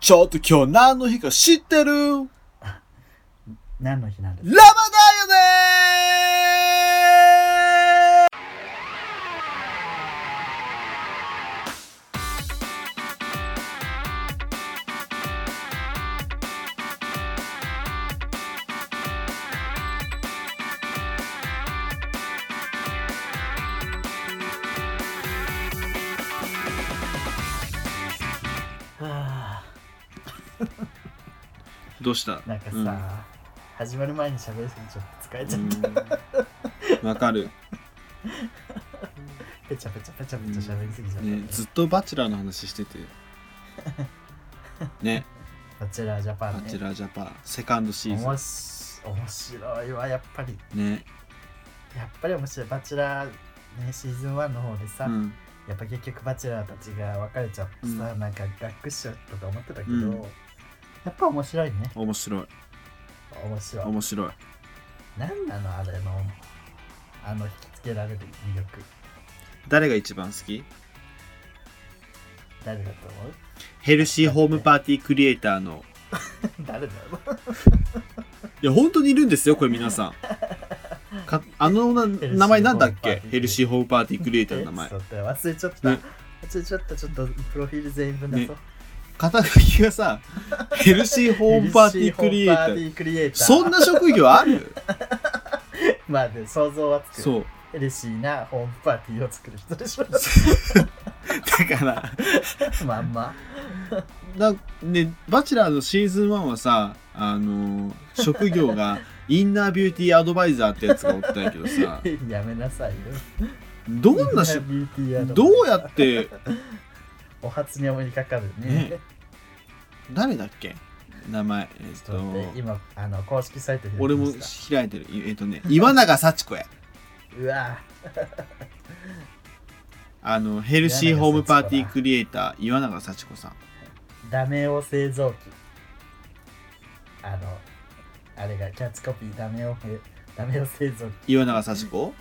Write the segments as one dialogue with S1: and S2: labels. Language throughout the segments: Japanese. S1: ちょっと今日何の日か知ってるラマ
S2: 何の日なんです
S1: ダンよね
S2: は
S1: どうした
S2: あなんかさ、始まる前に喋りすぎてちょっと疲れちゃった、
S1: うんわか る、
S2: ペチャペチャペチャペチャ喋りすぎちゃった、
S1: ね、ずっとバチェラーの話して てね
S2: バチェラージャパン
S1: バ
S2: ね
S1: チェラージャパンセカンドシ
S2: お
S1: ー
S2: もし面白いわやっぱり
S1: ズンね
S2: やっぱり面白いバチェラーねシーズン1の方で
S1: う
S2: さ、
S1: ん
S2: やっぱ結局バチェラーたちが別れちゃってさ、
S1: う
S2: なんか学しようとか思ってたけど、
S1: うん
S2: やっぱ面白いね
S1: 面白い
S2: 面白い
S1: 面白い
S2: 何なのあれのあの引きつけられる魅力
S1: 誰が一番好き
S2: 誰だと思う
S1: ヘルシーホームパーティークリエイターの
S2: 誰だろう
S1: いや本当にいるんですよこれ皆さん かあのな
S2: ヘルシー
S1: 名前なんだっ
S2: ホームパー
S1: け
S2: ティー
S1: ヘルシーホームパーティークリエイターの名前
S2: えそうだよ忘れちゃった、
S1: ね
S2: 忘れちゃったちょっとプロフィール全員分だぞ、
S1: ね肩書きがさヘルシーホームパーティークリエイタ
S2: ヘル
S1: ー
S2: シーホームパーティークリエイター
S1: そんな職業ある
S2: まあね想像はつくう
S1: そう
S2: ヘルシーなホームパーティーを作る人でしょ
S1: だから
S2: まんま
S1: だねバチェラーのシーズン1はさあのー職業がインナービューティーアドバイザーってやつがおったんやけどさ
S2: やめなさいよ
S1: どんなし
S2: ビューティーアドバイザー
S1: どうやって
S2: お初にお目にかかるね
S1: ね誰だっけ名前えっ
S2: ちょっと待って
S1: と
S2: 今あの公式サイト開きま
S1: 俺も
S2: した
S1: 開いてるえっとね岩永幸子や
S2: うわ
S1: あのヘルシーホームパーティークリエイター岩永幸子さん
S2: ダメオ製造機あのあれがキャッチコピーダメオダメオ製造機
S1: 岩永幸子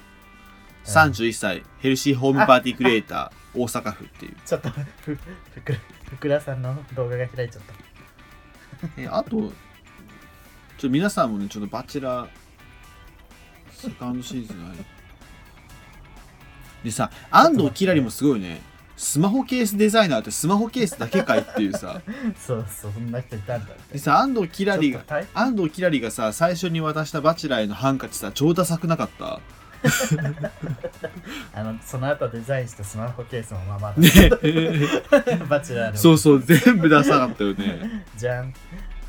S1: 31歳ヘルシーホームパーティークリエイター大阪府 っていう
S2: ちょっとふふくらふくらさんの動画が開いちゃった
S1: えあとちょっと皆さんもねちょっとバチェラーセカンドシーズンあれでさ安藤キラリもすごいねスマホケースデザイナーってスマホケースだけかいっていう さ
S2: そうそうそんな人いたんだって
S1: でさ安藤キラリ
S2: ちょ
S1: が
S2: っと大
S1: 安藤キラリがさ最初に渡したバチェラーへのハンカチさ超ダサくなか った
S2: あのその後デザインしたスマホケースもまあまだ、
S1: ね
S2: バチェラーの
S1: そうそう全部ダサかったよね
S2: じゃん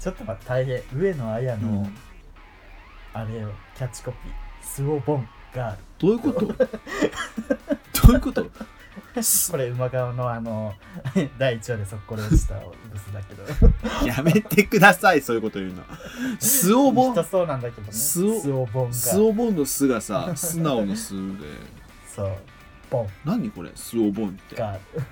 S2: ちょっと待って大変上野綾の、
S1: うん
S2: あれをキャッチコピースオボンガール
S1: どういうこと どういうこと
S2: これ馬顔のあの 第1話でそこで落ちたブスだけど
S1: やめてくださいそういうこと言うのスオボン
S2: 人そうなんだけどね
S1: スオ
S2: ボンガ
S1: ス
S2: ール
S1: オボンのスがさ素直のスで
S2: そうボン
S1: 何これスオボンって
S2: ガール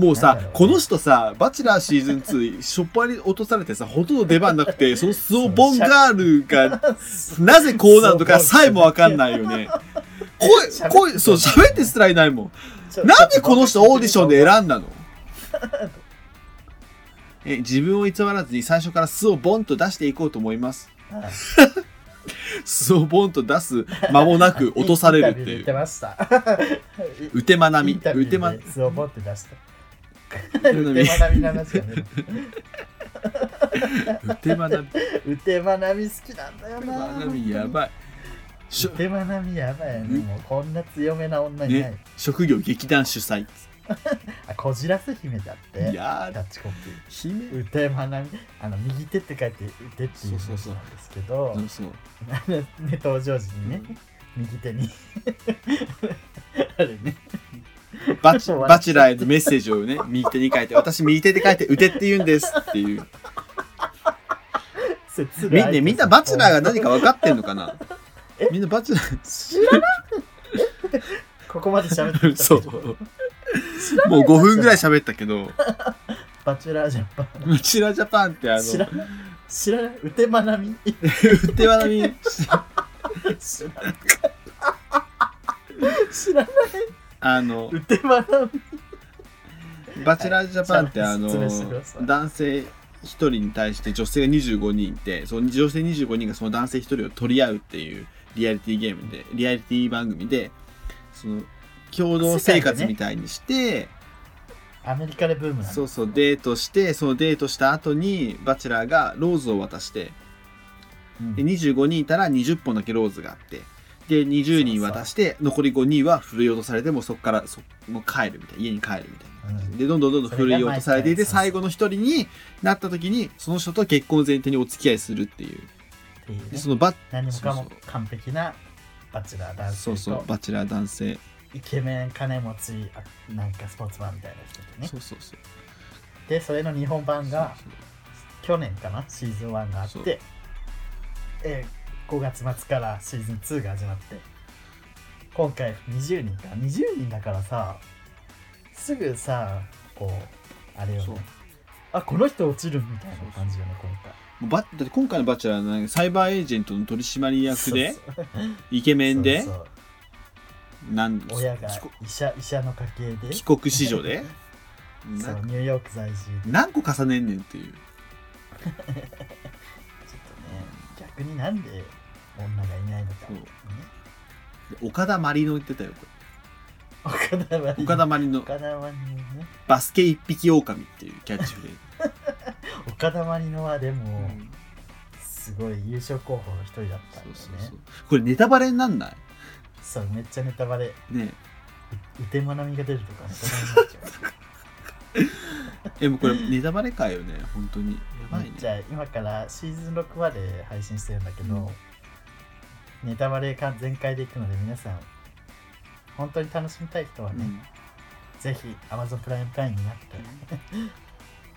S1: もう
S2: なん
S1: さ
S2: だろうね
S1: この人さ「バチェラーシーズン2」しょっぱり落とされてさほとんど出番なくてそのスオボンガールがなぜこうなるのかさえもわかんないよね声声そう喋ってすらいないもん なんでこの人オーディションで選ん だのえ自分を偽らずに最初から素をボンと出していこうと思います
S2: はい。
S1: 素をボンと出す間もなく落とされるって
S2: インタビューで言
S1: い
S2: って
S1: う。
S2: ました。
S1: うてまな
S2: イ
S1: み
S2: ンタ、ビュ
S1: う
S2: ー
S1: てま、
S2: でスオボンって出した。
S1: てまなみ
S2: うてまなみの話がね。
S1: うてまな み、う
S2: うてまなみ好きなんだよ
S1: て
S2: な。
S1: まなみやばい。し
S2: う
S1: ょ
S2: てまなみやばいよね。もうこんな強めな女いない。
S1: ね、職業劇団主催。
S2: あ、こじらせ姫だって。
S1: いや
S2: キ
S1: ー
S2: ャ、ッチコピー。
S1: 姫。
S2: うてまなみ、あの右手って書いて、うてっていう
S1: そうそう
S2: 字
S1: そう
S2: なんですけど
S1: そ。うそう。
S2: ね、登場時にね、右手に。あれね。
S1: バチ、バチェラーへのメッセージをね、右手に書いて、私右手で書いて、うてって言うんですっていう。
S2: 切
S1: み
S2: ない
S1: んな、みんなバチェラーが何か分かってんのかなみんなバチェラー、
S2: 知らないここまで喋ってきたけど
S1: そう。もう5分ぐらい喋ったけど、
S2: バチェラージャパン
S1: うちらジャパンってあ
S2: 知ら
S1: の、
S2: ない知らないうてまなみ
S1: うてまなみ、
S2: 知らない知らない
S1: あの、
S2: うてまなみ
S1: バチェラージャパンって、
S2: はい
S1: あの
S2: 説明してください
S1: 男性1人に対して女性が25人いてその女性25人がその男性1人を取り合うっていうリアリティゲームでリアリティ番組でその共同生活みたいにして、
S2: アメリカでブームな
S1: そ
S2: の
S1: うそうデートしてそのデートした後にバチェラーがローズを渡して
S2: うん
S1: で25人いたら20本だけローズがあってで20人渡して残り5人は振り落とされてもそこからそもう帰るみたいな家に帰るみたいな。
S2: うん
S1: でどんどんどんどん振り落とされていて
S2: それが
S1: 最
S2: 毎回
S1: 後の一人になった時にその人と結婚を前提にお付き合いするっていう
S2: っていう
S1: で
S2: ね
S1: そのバッ
S2: 何もかも
S1: そう
S2: 完璧なバチェラー男性
S1: そう
S2: と
S1: そうバチェラー男性
S2: イケメン金持ちあなんかスポーツマンみたいな人とね
S1: そうそうそう
S2: でそれの日本版が
S1: そうそう
S2: 去年かなシーズン1があっ
S1: そう
S2: て、えー5月末からシーズン2が始まって今回20人か20人だからさすぐさこうあれよ
S1: そう
S2: ねあこの人落ちるみたいな感じよね今回
S1: もうバだって今回のバチェラーなんかサイバーエージェントの取締役で
S2: そうそう
S1: イケメンで
S2: そう
S1: なん
S2: そう親が
S1: 帰国
S2: 医者医者の家系で
S1: 帰国子女で
S2: そ
S1: な
S2: うニューヨーク在住で
S1: 何個重ねんねんっていう
S2: ちょっとね逆になんで女がいないのか、
S1: そう
S2: ね、
S1: で岡田真理の言ってたよこ
S2: 岡田は
S1: れ岡田真理の
S2: 岡田はね
S1: バスケ一匹狼っていうキャッチフレーズ
S2: 岡田まりのはでも、
S1: うん
S2: すごい優勝候補の一人だったんだよ
S1: そう
S2: ね
S1: そうそうこれネタバレになんない
S2: そうめっちゃネタバレう
S1: ねえ
S2: 腕まなみが出る とかネタバレになっちゃ
S1: えもうこれネタバレかよね本当にやばいう
S2: じゃ
S1: ね
S2: あ今からシーズン6まで配信してるんだけど、
S1: うん
S2: ネタバレ感全開でいくので皆さん本当に楽しみたい人は
S1: う
S2: ね、
S1: ん
S2: ぜひ Amazon プライム会員になって、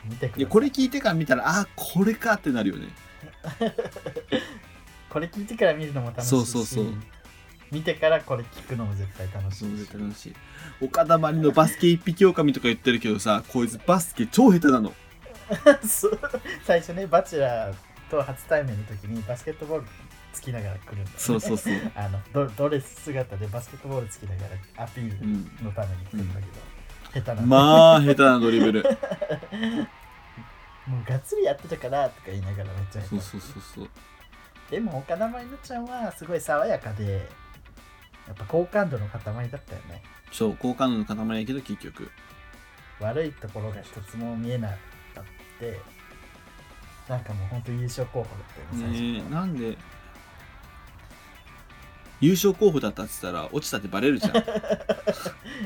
S2: 見てくださ
S1: い
S2: い
S1: やこれ聞いてから見たらあーこれかってなるよね
S2: これ聞いてから見るのも楽しいし
S1: そうそうそう
S2: 見てからこれ聞くのも絶対楽し
S1: そう
S2: いし
S1: 絶対楽しい岡田まりのバスケ一匹狼とか言ってるけどさこいつバスケ超下手なの
S2: そう 最初ねバチェラーと初対面の時にバスケットボールつきながら来るんだよね
S1: そうそうそう
S2: あのドドレス姿でバスケットボールつきながらアピー
S1: う
S2: ル
S1: ん
S2: のために来るんだけど、下手なの
S1: まあ下手なドリブル
S2: もうがっつりやってたからとか言いながらめっちゃ
S1: そ
S2: 下
S1: う
S2: 手
S1: そうそうそう
S2: でも岡田まりのちゃんはすごい爽やかでやっぱ好感度の塊だったよね
S1: そう好感度の塊やけど結局
S2: 悪いところが一つも見えなかったってなんかもう本当優勝候補だったよね
S1: ねえなんで優勝候補だったって言ったら落ちたってバレ るじゃん
S2: 最初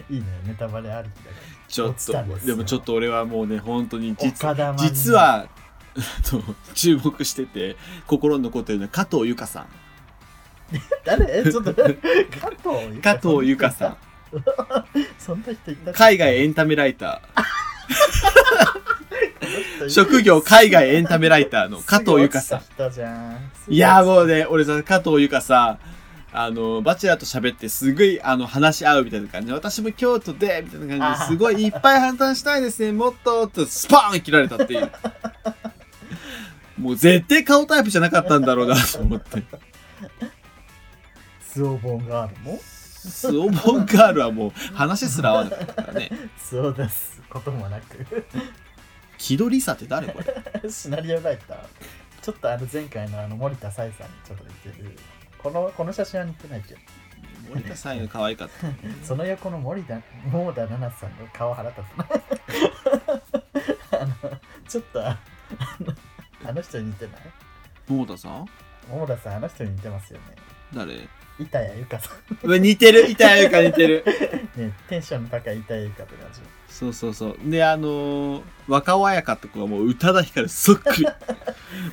S2: いいねネタバレありきだか
S1: ちょっ
S2: 落
S1: と
S2: ちたんです
S1: で
S2: よ
S1: もちょっと俺はもうね本当に
S2: ら
S1: 実
S2: 岡田真理
S1: 実は あの注目してて心に残ってるのは加藤由香 さん
S2: 誰 ちょっと加藤由
S1: 加藤由香さん
S2: そんな人いた
S1: 海外エンタメライター
S2: 職
S1: 職業海外エンタメライターの加藤由香さん
S2: 人じゃん
S1: いやーもうね俺さ加藤由香さあのバチェラーと喋ってすごいあの話し合うみたいな感じで私も京都でみたいな感じですごいいっぱい判断したいですねもっととスパーン切られたっていうもう絶対顔タイプじゃなかったんだろうなと思って
S2: スオボンガールも
S1: スオボンガールはもう話すら合わなかったからね
S2: スオ出すこともなく
S1: 木戸梨沙って誰これ
S2: シナリオライターちょっとあの前回のあの森田彩さんにちょっと似てるこのこの写真は似てないけど
S1: 森田さんが可愛かった
S2: その横の森田桃田奈々さんの顔腹立つなあのちょっとあのあの人に似てない
S1: 桃田さん
S2: 桃田さんあの人に似てますよね
S1: 誰
S2: 板谷由香さん
S1: うわ似てる板谷由香似てる
S2: ねテンションの高い板谷由香って感じ
S1: そうそうそうであのー若尾彩香とかはもう宇多田ヒカルそっく り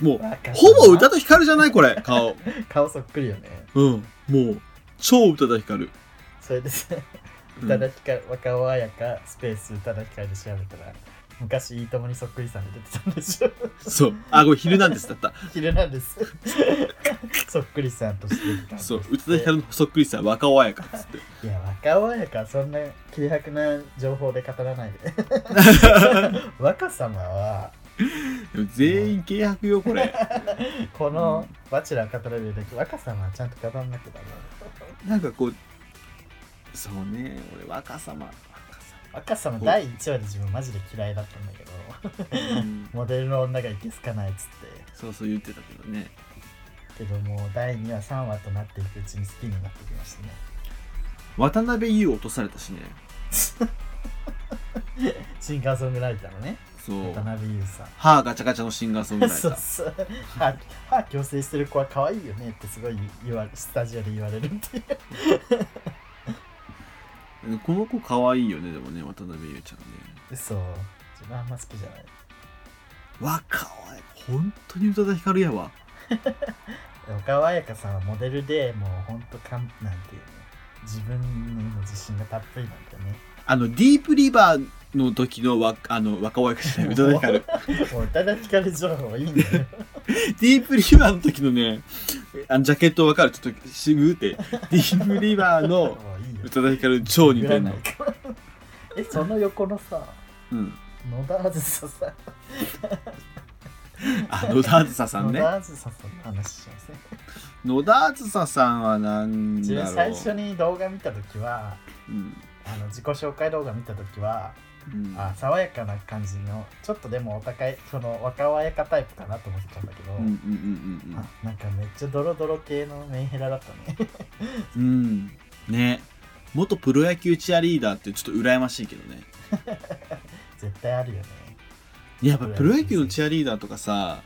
S1: もうほぼ宇多田ヒカルじゃないこれ顔
S2: 顔そっくりよね
S1: うんもう超宇多田ヒカル
S2: それです
S1: うん
S2: 宇多田ヒカル若尾彩香スペース宇多田ヒカルで調べたら昔いいともにそっくりさんで出てたんでしょ
S1: そうあごめん「ヒルナンデス」だった
S2: 昼なん ですそっくりさんとして出てたんです
S1: そう宇多田ヒカルのそっくりさ若尾彩香っつって
S2: いや若尾彩香はそんな切り薄な情報で語 らないで若様は
S1: でも全員契約よこれ
S2: このバチェラー語られるだけ若様はちゃんと語らなきゃダメ
S1: なんかこうそうね俺若様若様
S2: 赤さの第1話で自分マジで嫌いだったんだ けど
S1: うん
S2: モデルの女がいけすかないっつっ
S1: そうそう言ってたけどね
S2: てけどもう第2話3話となっていくうちに好きになってきましたね
S1: 渡辺優落とされたしね
S2: シンガーソングライターのね
S1: そう
S2: 渡辺裕さん
S1: 歯ガチャガチャのシンガーソングライタ
S2: そう
S1: ー
S2: そう歯歯矯正してる子は可愛いよねってすごい言われスタジオで言われるっていう
S1: うんこの子可愛いよねでもね渡辺優ちゃんね
S2: 嘘自分あんま好きじゃない
S1: わ可愛い本当に宇多田ヒカルやわ
S2: 岡和彩香さんはモデルでもうほんとかんなんていうの自分の自信がたっぷりなんだよね
S1: あのディープリバーの時のわあの若親じゃ ない宇多田ヒカル
S2: もう宇多田ヒカル情報いいんだよ
S1: ディープリバーの時のねあのジャケットわかるちょっと渋ってディープリバー
S2: も
S1: の
S2: ういいよ
S1: 宇多田ヒカル超似てん
S2: な
S1: の
S2: いえその横のさ
S1: うん
S2: 野田あずささん、
S1: あ野田あずささん
S2: 野
S1: ね
S2: 田あずささんの話しますね
S1: 野田あずささんはなん
S2: 自
S1: だろ
S2: 分
S1: う
S2: 最初に動画見た時は
S1: うん
S2: あの自己紹介動画見た時は
S1: うん
S2: あ爽やかな感じのちょっとでもお高いその若々やかタイプかなと思ってたんだけど、
S1: うんうんうんうん
S2: あなんかめっちゃドロドロ系のメンヘラだったね
S1: うんね元プロ野球チアリーダーってちょっと羨ましいけどね
S2: 絶対あるよね
S1: やっぱプロ野球のチアリーダーとかさ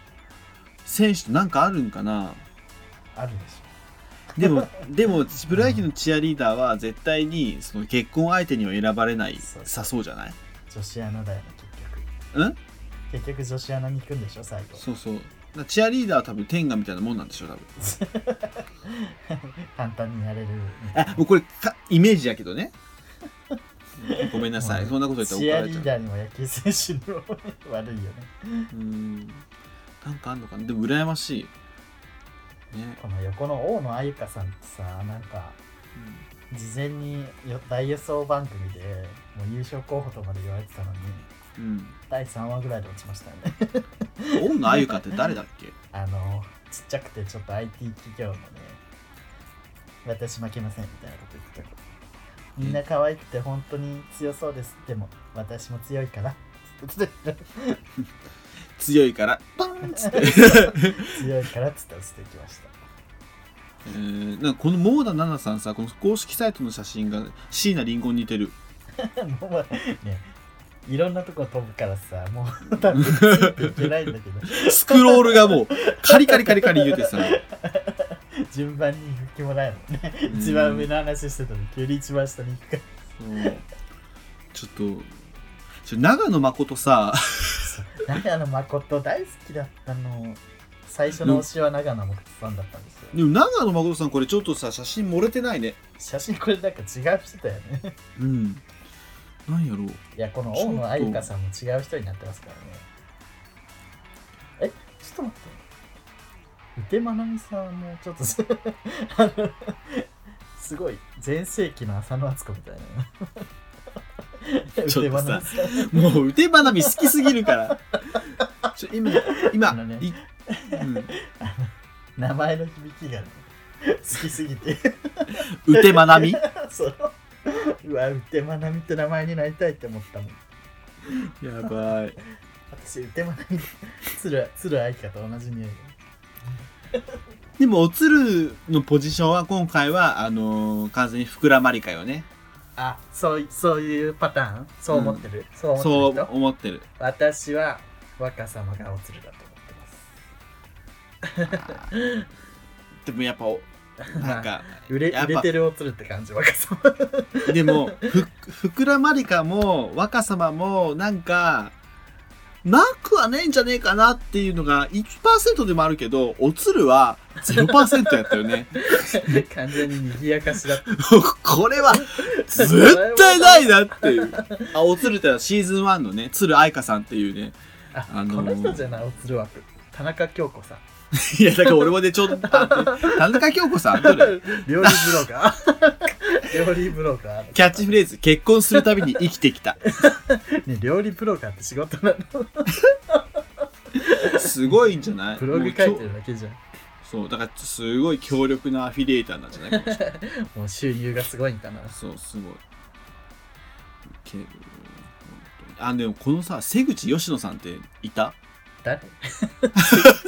S1: 選手となんかあるんかな
S2: あるでし
S1: で もでもプロ野球のチアリーダーは絶対にその結婚相手には選ばれない
S2: そう
S1: さそうじゃない
S2: ょ女子アナだよね
S1: うん
S2: 結局結局女子アナに行くんでしょ最後
S1: そうそうだからチアリーダーは多分天下みたいなもんなんでしょ多分
S2: 簡単にやれる
S1: あもうこれかイメージやけど ねごめんなさい
S2: うん
S1: そんなこと言ったら怒
S2: チア
S1: られ
S2: リ
S1: ちゃう
S2: ーダーにも野球選手にも悪いよね
S1: うんなんかあんのかなでも羨ましいね、
S2: この横の大野あゆかさんってさなんか事前によ大予想番組でもう優勝候補とまで言われてたのに
S1: うん
S2: 第3話ぐらいで落ちましたよね
S1: うん、 恩のあゆかって誰だっけ
S2: あのちっちゃくてちょっと IT 企業のね私負けませんみたいなこと言ってたからみんな可愛くて本当に強そうですでも私も強いから つって
S1: 強いからパンっつって え
S2: 強いからっつって落ちてきました
S1: ーなんかこのモーダナナさんさこの公式サイトの写真が椎名林檎に似てる
S2: もうねいろんなとこ飛ぶからさもう多分ついていけないんだけど
S1: スクロールがもうカリカリカリカリ言うてさ
S2: 順番に行く気もないもんね
S1: うん
S2: 一番上の話してたのに急に一番下に行くから
S1: そうちょっとちょ長野誠さ
S2: 長野誠大好きだったの最初の推しは長野誠さんだったんですよ、
S1: でも長野誠さんこれちょっとさ写真漏れてないね
S2: 写真これなんか違う人だよね
S1: うんなんやろう
S2: いやこの大野愛香さんも違う人になってますからねえちょっと待って宇手まなみさんもちょっと あのすごい全盛期の浅野敦子みたいな
S1: ちょっとさ
S2: さん
S1: もう腕花見好きすぎるからちょ今今
S2: あのね
S1: いうん
S2: 名前の響きがね好きすぎて
S1: うてまなみ
S2: そのうわうてまなみって名前になりたいって思ったもん
S1: やばい
S2: 私うてまなみ鶴鶴愛香と同じ匂い
S1: でもおつるのポジションは今回はあのー完全に膨らまりかよね
S2: あそういそういうパターンそう思ってる、そう
S1: そ
S2: 思ってる
S1: う
S2: 人
S1: 思ってる
S2: 私は若様がおつるだと思ってます
S1: でもやっぱ おなんか
S2: 売れ
S1: やっ
S2: 売
S1: ぱ
S2: れてるおつるって感じ若様
S1: でもふ膨らまりかも若様もなんかなくはねえんじゃねえかなっていうのが1%でもあるけどおつるは0%やったよ ね
S2: 完全に賑やかしだった
S1: これは絶対ないなって いうあおつるってのはシーズン1のね鶴愛香さんっていうね
S2: あ、
S1: あのー
S2: この人じゃないおつる枠田中京子さん
S1: いやだから俺もねちょっとあ田中京子さんどれ
S2: 料理ブロガー料理ブロガー
S1: キャッチフレーズ結婚するたびに生きてきた
S2: ね、料理ブロガーって仕事なの
S1: すごいんじゃない
S2: ブログ書い
S1: もう
S2: て
S1: きょ
S2: るだけじゃん
S1: そうだからすごい強力なアフィリエイターなんじゃないか
S2: もう収入がすごいんかな
S1: そうすごいけあでもこのさ瀬口佳乃さんってい た
S2: 誰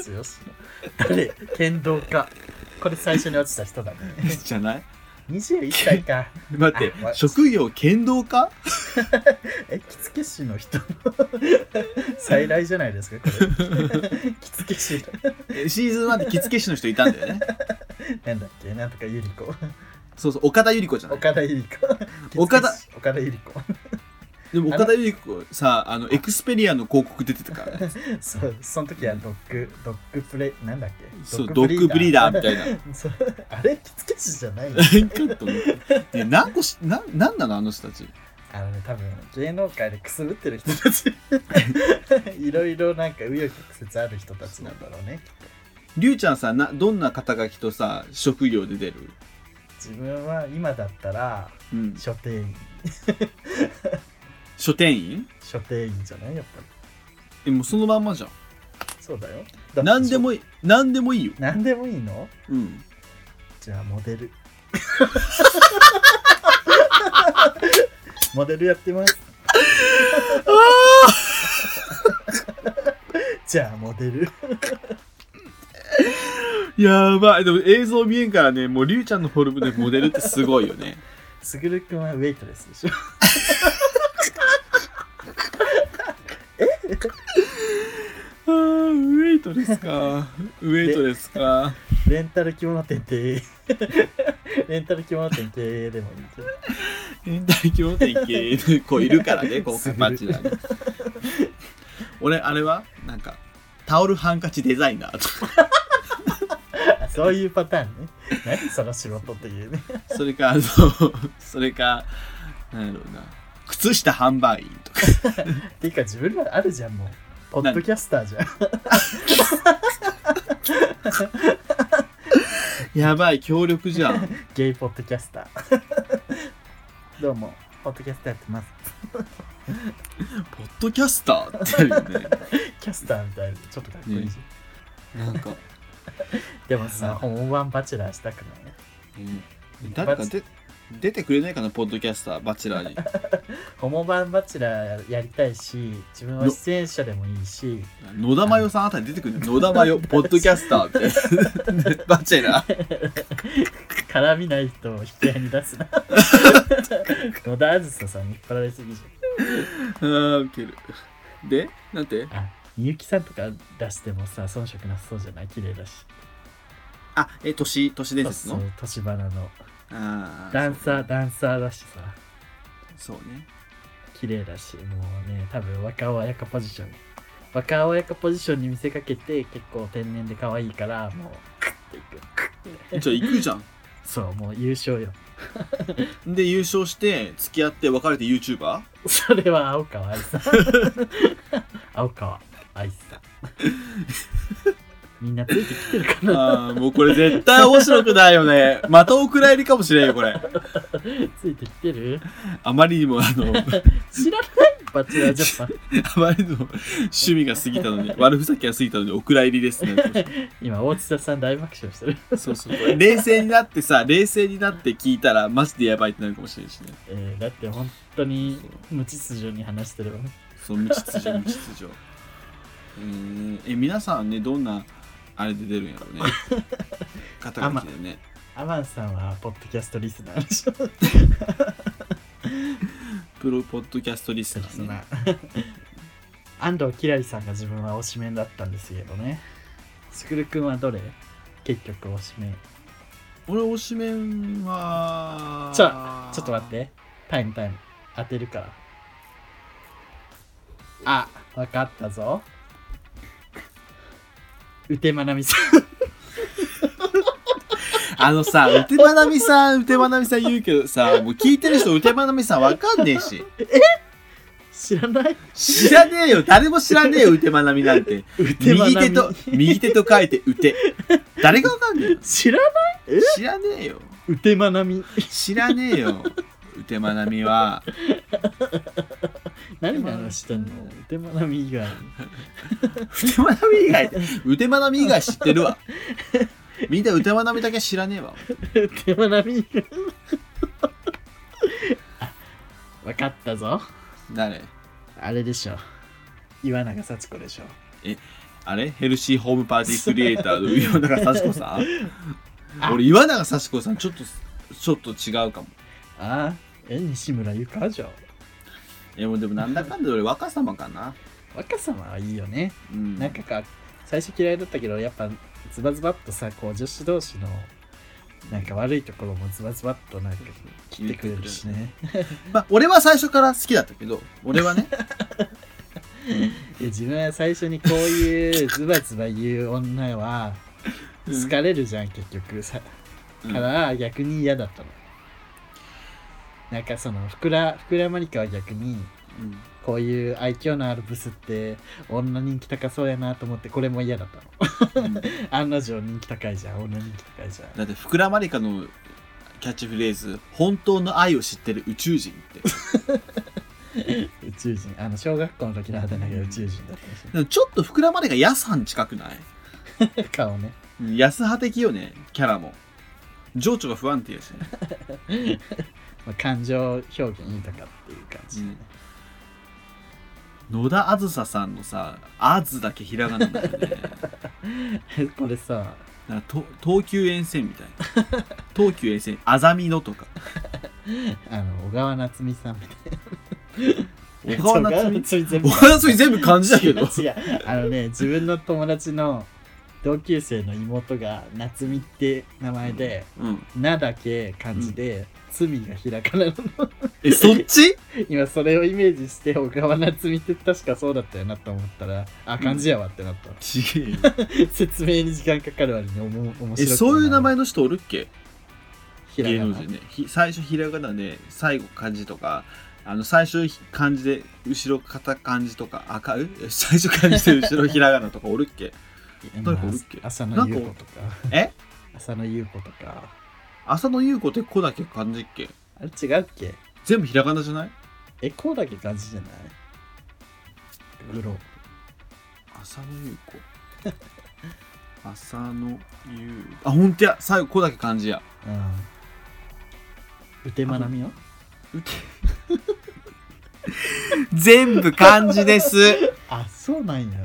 S2: 強し誰剣道家これ最初に落ちた人だね
S1: じゃない
S2: 21歳か
S1: 待って
S2: あわ
S1: 職業剣道家
S2: え着付け師の人 の再来じゃないですかこれ 着付け師
S1: えシーズン1で着付け師の人いたんだよね
S2: なんだっけなんとかゆり子
S1: そうそう岡田百合子じゃない
S2: 岡田ゆり子
S1: 岡田
S2: 着付け師岡田ゆり子
S1: でも岡田百合子さあのエクスペリアの広告出てたからね
S2: そうその時はドッグドッグプレイなんだっけ
S1: そうドッグブリーダーみたいな
S2: そうあれ着付け師じゃないの
S1: なんかと思 ってね何個しななんなのあの人たち
S2: あのね多分芸能界でくすぶってる人たち いろいろなんか紆余曲折ある人たちなんだろうね
S1: りゅうちゃんさなどんな肩書きとさ職業で出る
S2: 自分は今だったら
S1: うん
S2: 書店員
S1: 書店員
S2: 書店員じゃないやっぱ
S1: えもうそのまんまじゃん
S2: りそうだよ
S1: 何で
S2: いい
S1: もいい何でもいいよ、
S2: 何でもいいの
S1: うん、
S2: じゃあモデル モデルやってますじゃあモデル
S1: やばいでも映像見えんからねもうりゅうちゃんのフォルムでモデルってすごいよ ね
S2: すぐるくんはウェイトレスでしょ
S1: あーウェイトレスかウェイトレスか
S2: レンタル着物店経営レンタル着物店経営でもいいけど
S1: 変態協定系の子いるからね、 こう形だね。俺、あれはなんか、タオルハンカチデザイナーとか、
S2: あそういうパターンね。何その仕事っていうね。
S1: それか、あの、それか、なんやろうな、靴下販売員と か、
S2: ていうか自分らあるじゃんもう。ポッドキャスターじゃん。
S1: やばい、協力じゃん。
S2: ゲイポッドキャスター。どうも、ポッドキャスターやってます。
S1: ポッドキャスターってあるよね。
S2: キャスターみたいな、ちょっとかっこいいし。
S1: なんか、
S2: でもさ、本番バチェラーしたくない
S1: うん誰かで出てくれないかな、ポッドキャスター、バチェラーに。
S2: ホモ版バチェラーやりたいし、自分は出演者でもいいし、
S1: 野田真代さんあたり出てくるの野田真代、ポッドキャスターみた いな。バチェラー。
S2: 絡みない人を引き合いに出すな。野田あずささんに引っ張られすぎじ
S1: あー、ウケる。で、なんて
S2: ゃん。あ、みゆきさんとか出してもさ、遜色なさそうじゃない綺麗だし。
S1: あ、え、都市、都市伝説の
S2: そうそう、年花の。
S1: あー
S2: ダンサー、ダンサーだしさ、
S1: そうね。
S2: 綺麗だし、もうね、多分若尾彩香ポジション。若尾彩香ポジションに見せかけて、結構天然で可愛いから、もう、クッていく。
S1: じゃあ行くじゃん。
S2: そう、もう優勝よ。
S1: で、優勝して、付き合って別れて YouTuber?
S2: それは青川愛さん。 青川愛さん。みんなついてきてるかな
S1: ああ、もうこれ絶対面白くないよね。またお蔵入りかもしれんよ、これ。
S2: ついてきてる
S1: あまりにも、あ の、
S2: 知らないバチェラージャパン。
S1: あまりにも趣味が過ぎたのに、悪ふざけが過ぎたのにお蔵入りですね。
S2: 今、大津田さん大爆笑してる。
S1: そうそう。これ冷静になってさ、冷静になって聞いたら、マジでやばいってなるかもしれんしね。
S2: えー、だって本当に無秩序に話してるわね。
S1: そう、無秩序、無秩序。えー、え、皆さんはね、どんな、あれで出るんやろうね。肩書きでね。
S2: アマンさんはポッドキャストリスナーでしょ
S1: プロポッドキャストリスナーね。
S2: 安藤キラリさんが自分は推しメンだったんですけどねスクル君はどれ結局推しメン
S1: 俺推しメンは
S2: ちょちょっと待ってタイムタイム当てるからあわかったぞうてまなみさ
S1: あのさうてまなみさんうてまなみさん言うけどさもう聞いてる人うてまなみさんわかんねえし
S2: ん 知らない
S1: 知らねえよ誰も知らねえようてまなみなんて
S2: うてま
S1: 右
S2: なみ
S1: 手と右手と書いてうて誰がわかんねえよ
S2: 知らな
S1: 知らねえよ
S2: いうてまなみ
S1: 知らねえようてまなみは
S2: 何の話してんのうてまなみ以外に
S1: うてまなみ以外うてまなみ以外知ってるわみんなうてまなみだけ知らねえわ
S2: 手間並み分かったぞ
S1: 誰
S2: あれでしょ岩永幸子でしょ
S1: あれヘルシーホームパーティークリエイターの岩永幸子さん俺岩永幸子さんちょっとちょっと違うかも
S2: ああえ西村ゆかじゃん
S1: いやもうでもなんだかんだ俺若様かな、
S2: 若さまはいいよね
S1: うん、
S2: なんかか最初嫌いだったけどやっぱズバズバっとさこう女子同士のなんか悪いところもズバズバっとなんか切ってくれるしね
S1: まあ俺は最初から好きだったけど俺はね
S2: いや自分は最初にこういうズバズバ言う女は好かれるじゃん、結局さ
S1: うん
S2: から逆に嫌だったの、なんかその福良福良まりかは逆に
S1: うん
S2: こういう愛嬌のあるブスって女人気高そうやなと思ってこれも嫌だったの
S1: うん
S2: 案の定人気高いじゃん女人気高いじゃん
S1: だって福良まりかのキャッチフレーズ「本当の愛を知ってる宇宙人」って
S2: 宇宙人あの小学校の時のあだ名が宇宙人だっ
S1: でもちょっと福良まりか安さん近くない
S2: たし顔 ね
S1: うん安派的よねキャラも情緒が不安定やしね、
S2: まあ感情表現豊かっていう感じ、
S1: 野田あずささんのさ「あず」だけひらがなだよね
S2: これさ
S1: なんかと東急沿線みたいな東急沿線あざみのとか
S2: あの小川夏美さんみたい
S1: 小
S2: な
S1: 川夏美
S2: 小川全部
S1: 小川夏美全部漢字だ けど
S2: 違う違うあのね自分の友達の同級生の妹が夏美って名前で
S1: うん、
S2: 「な」だけ漢字で「罪」がひらがなの
S1: えそっち
S2: 今それをイメージして小川夏美って確かそうだったよなと思ったらあ漢字やわってなった、
S1: ちげえよ
S2: 説明に時間かかる割におも面白くな
S1: えそういう名前の人おるっけ
S2: ひら
S1: 芸
S2: が
S1: 能
S2: な
S1: 人ねひ最初ひらがなで最後漢字とかあの最初漢字で後ろ片漢字とかあかうえ最初漢字で後ろひらがなとかおるっけ誰かおるっけ
S2: 浅野ゆう子とか
S1: え
S2: 浅野ゆう子とか
S1: 浅野ゆう子って「子」だけ漢字っけ
S2: あれ違うっけ
S1: 全部ひらがなじゃない
S2: えこうだけ感じじゃないグロ
S1: 浅野ゆう子 浅野ゆうあ本当や最後「子」だけ漢字や
S2: うんうてまなみよ
S1: うて全部漢字です
S2: あそうなんや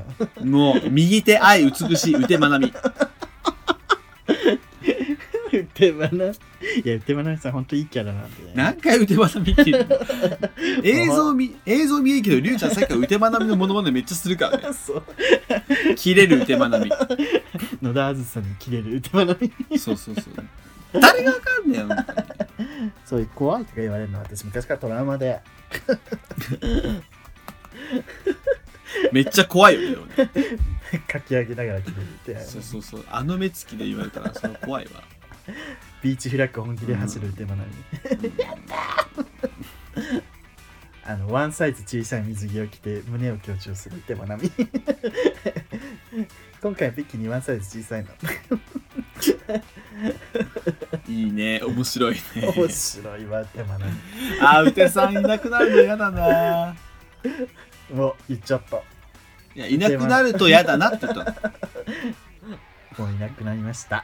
S1: もう右手愛美しいうてまなみ
S2: うてまないやうてまなみさんほんといいキャラ なんでね
S1: 何回腕まなみって言う の映像見映像見えんけどりゅうちゃんさっきから腕まなみのモノマネめっちゃするからね
S2: そう
S1: 切れる腕まなみ
S2: 野田あずさに切れるうてまなみ
S1: そうそうそう誰がわかんねえよ
S2: そういう怖いとか言われるのは私昔からトラウマで
S1: めっちゃ怖いよねでもね
S2: かき上げながら切 れるって
S1: そうそうそうあの目つきで言われたらその怖いわ、
S2: ビーチ開く本気で走るうてまなみ あのワンサイズ小さい水着を着て胸を強調する手まなみ 今回はビッキーにワンサイズ小さいの
S1: いいね面白いね
S2: 面白いわ手まなみ
S1: あうてさんいなくなるの嫌だな
S2: もう言っちゃった
S1: いやいなくなると嫌だなって言ったの
S2: もういなくなりました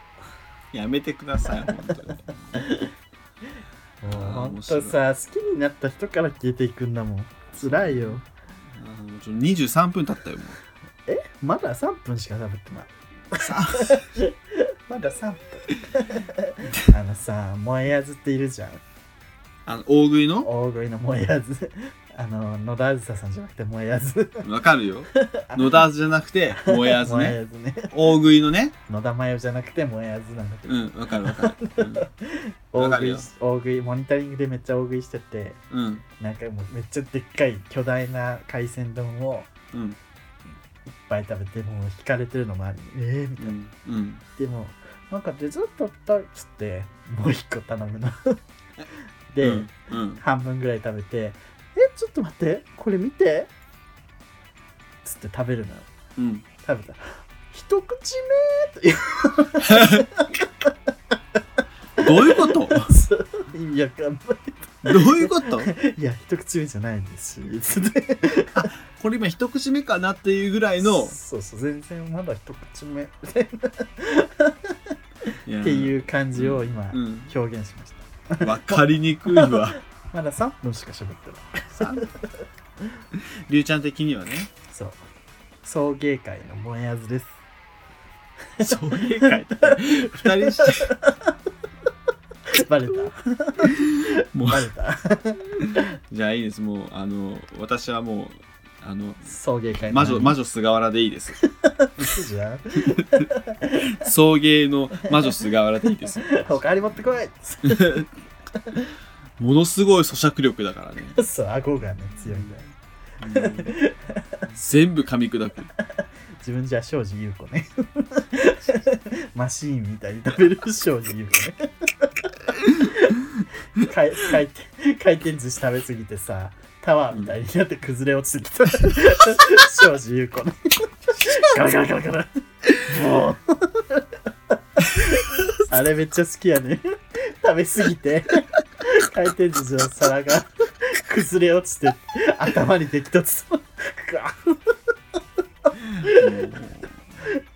S1: やめてください本当に
S2: も
S1: あ
S2: う
S1: ー
S2: ほん
S1: 面白
S2: と
S1: い
S2: さ好きになった人から消えていくんだもん辛いよ
S1: あのちょ23分経ったよも
S2: まだ3分しか喋ってないう
S1: さ
S2: まだ3分あのさ燃えやずっているじゃん
S1: あの大食いの
S2: 大食いの燃えやずあの野田あずささんじゃなくて燃えやず
S1: わかるよ。野田じゃなくて、燃えあず
S2: 燃え
S1: ね。
S2: やずね
S1: 大食いのね。
S2: 野田真代じゃなくて燃えやずなんだけど、
S1: うん、わかるわかる。わ
S2: 大
S1: かる
S2: 食
S1: よ
S2: い大食いモニタリングでめっちゃ大食いしてて
S1: うん、うん、
S2: なんかもうめっちゃでっかい巨大な海鮮丼を
S1: うん、
S2: いっぱい食べてもう引かれてるのもありええみたいな
S1: うん、うん。
S2: でもなんかデザートだっつってもう一個頼むの で、
S1: うん、うん。
S2: 半分ぐらい食べて「えちょっと待ってこれ見て」つって食べるのよ
S1: うん、
S2: 食べた一口
S1: どういうこと
S2: 目そう意味わかんな
S1: どういうこと
S2: いいや一口目じゃないんですつって
S1: これ今一口目かなっていうぐらいの。
S2: そうそう全然まだ一口目っ
S1: いや
S2: ていう感じを今
S1: うん。
S2: 表現しました、
S1: わかりにくいわ。
S2: まだ3分しか喋ってない
S1: さりゅうちゃん的にはね
S2: そう送迎会のもえあず です
S1: 送迎会って2人して
S2: バレた
S1: もう
S2: バレた
S1: じゃあいいですもうあの私はもうあの
S2: 送迎会の
S1: 魔女魔女菅原でいいです
S2: 嘘じゃん
S1: 送迎の魔女菅原でいい です
S2: おかわり持ってこい
S1: ものすごい咀嚼力だからね
S2: そう顎がね強いんだよ
S1: 全部噛み 砕く
S2: 自分じゃ庄司優子ねマシーンみたいに食べる庄司優子ね回回転回転寿司食べ過ぎてさタワーみたいになって崩れ落ちてきた庄司優子ねガラガラガラガラもうあれめっちゃ好きやね食べ過ぎて回転寿司の皿が崩れ落ちて頭に激突グワッ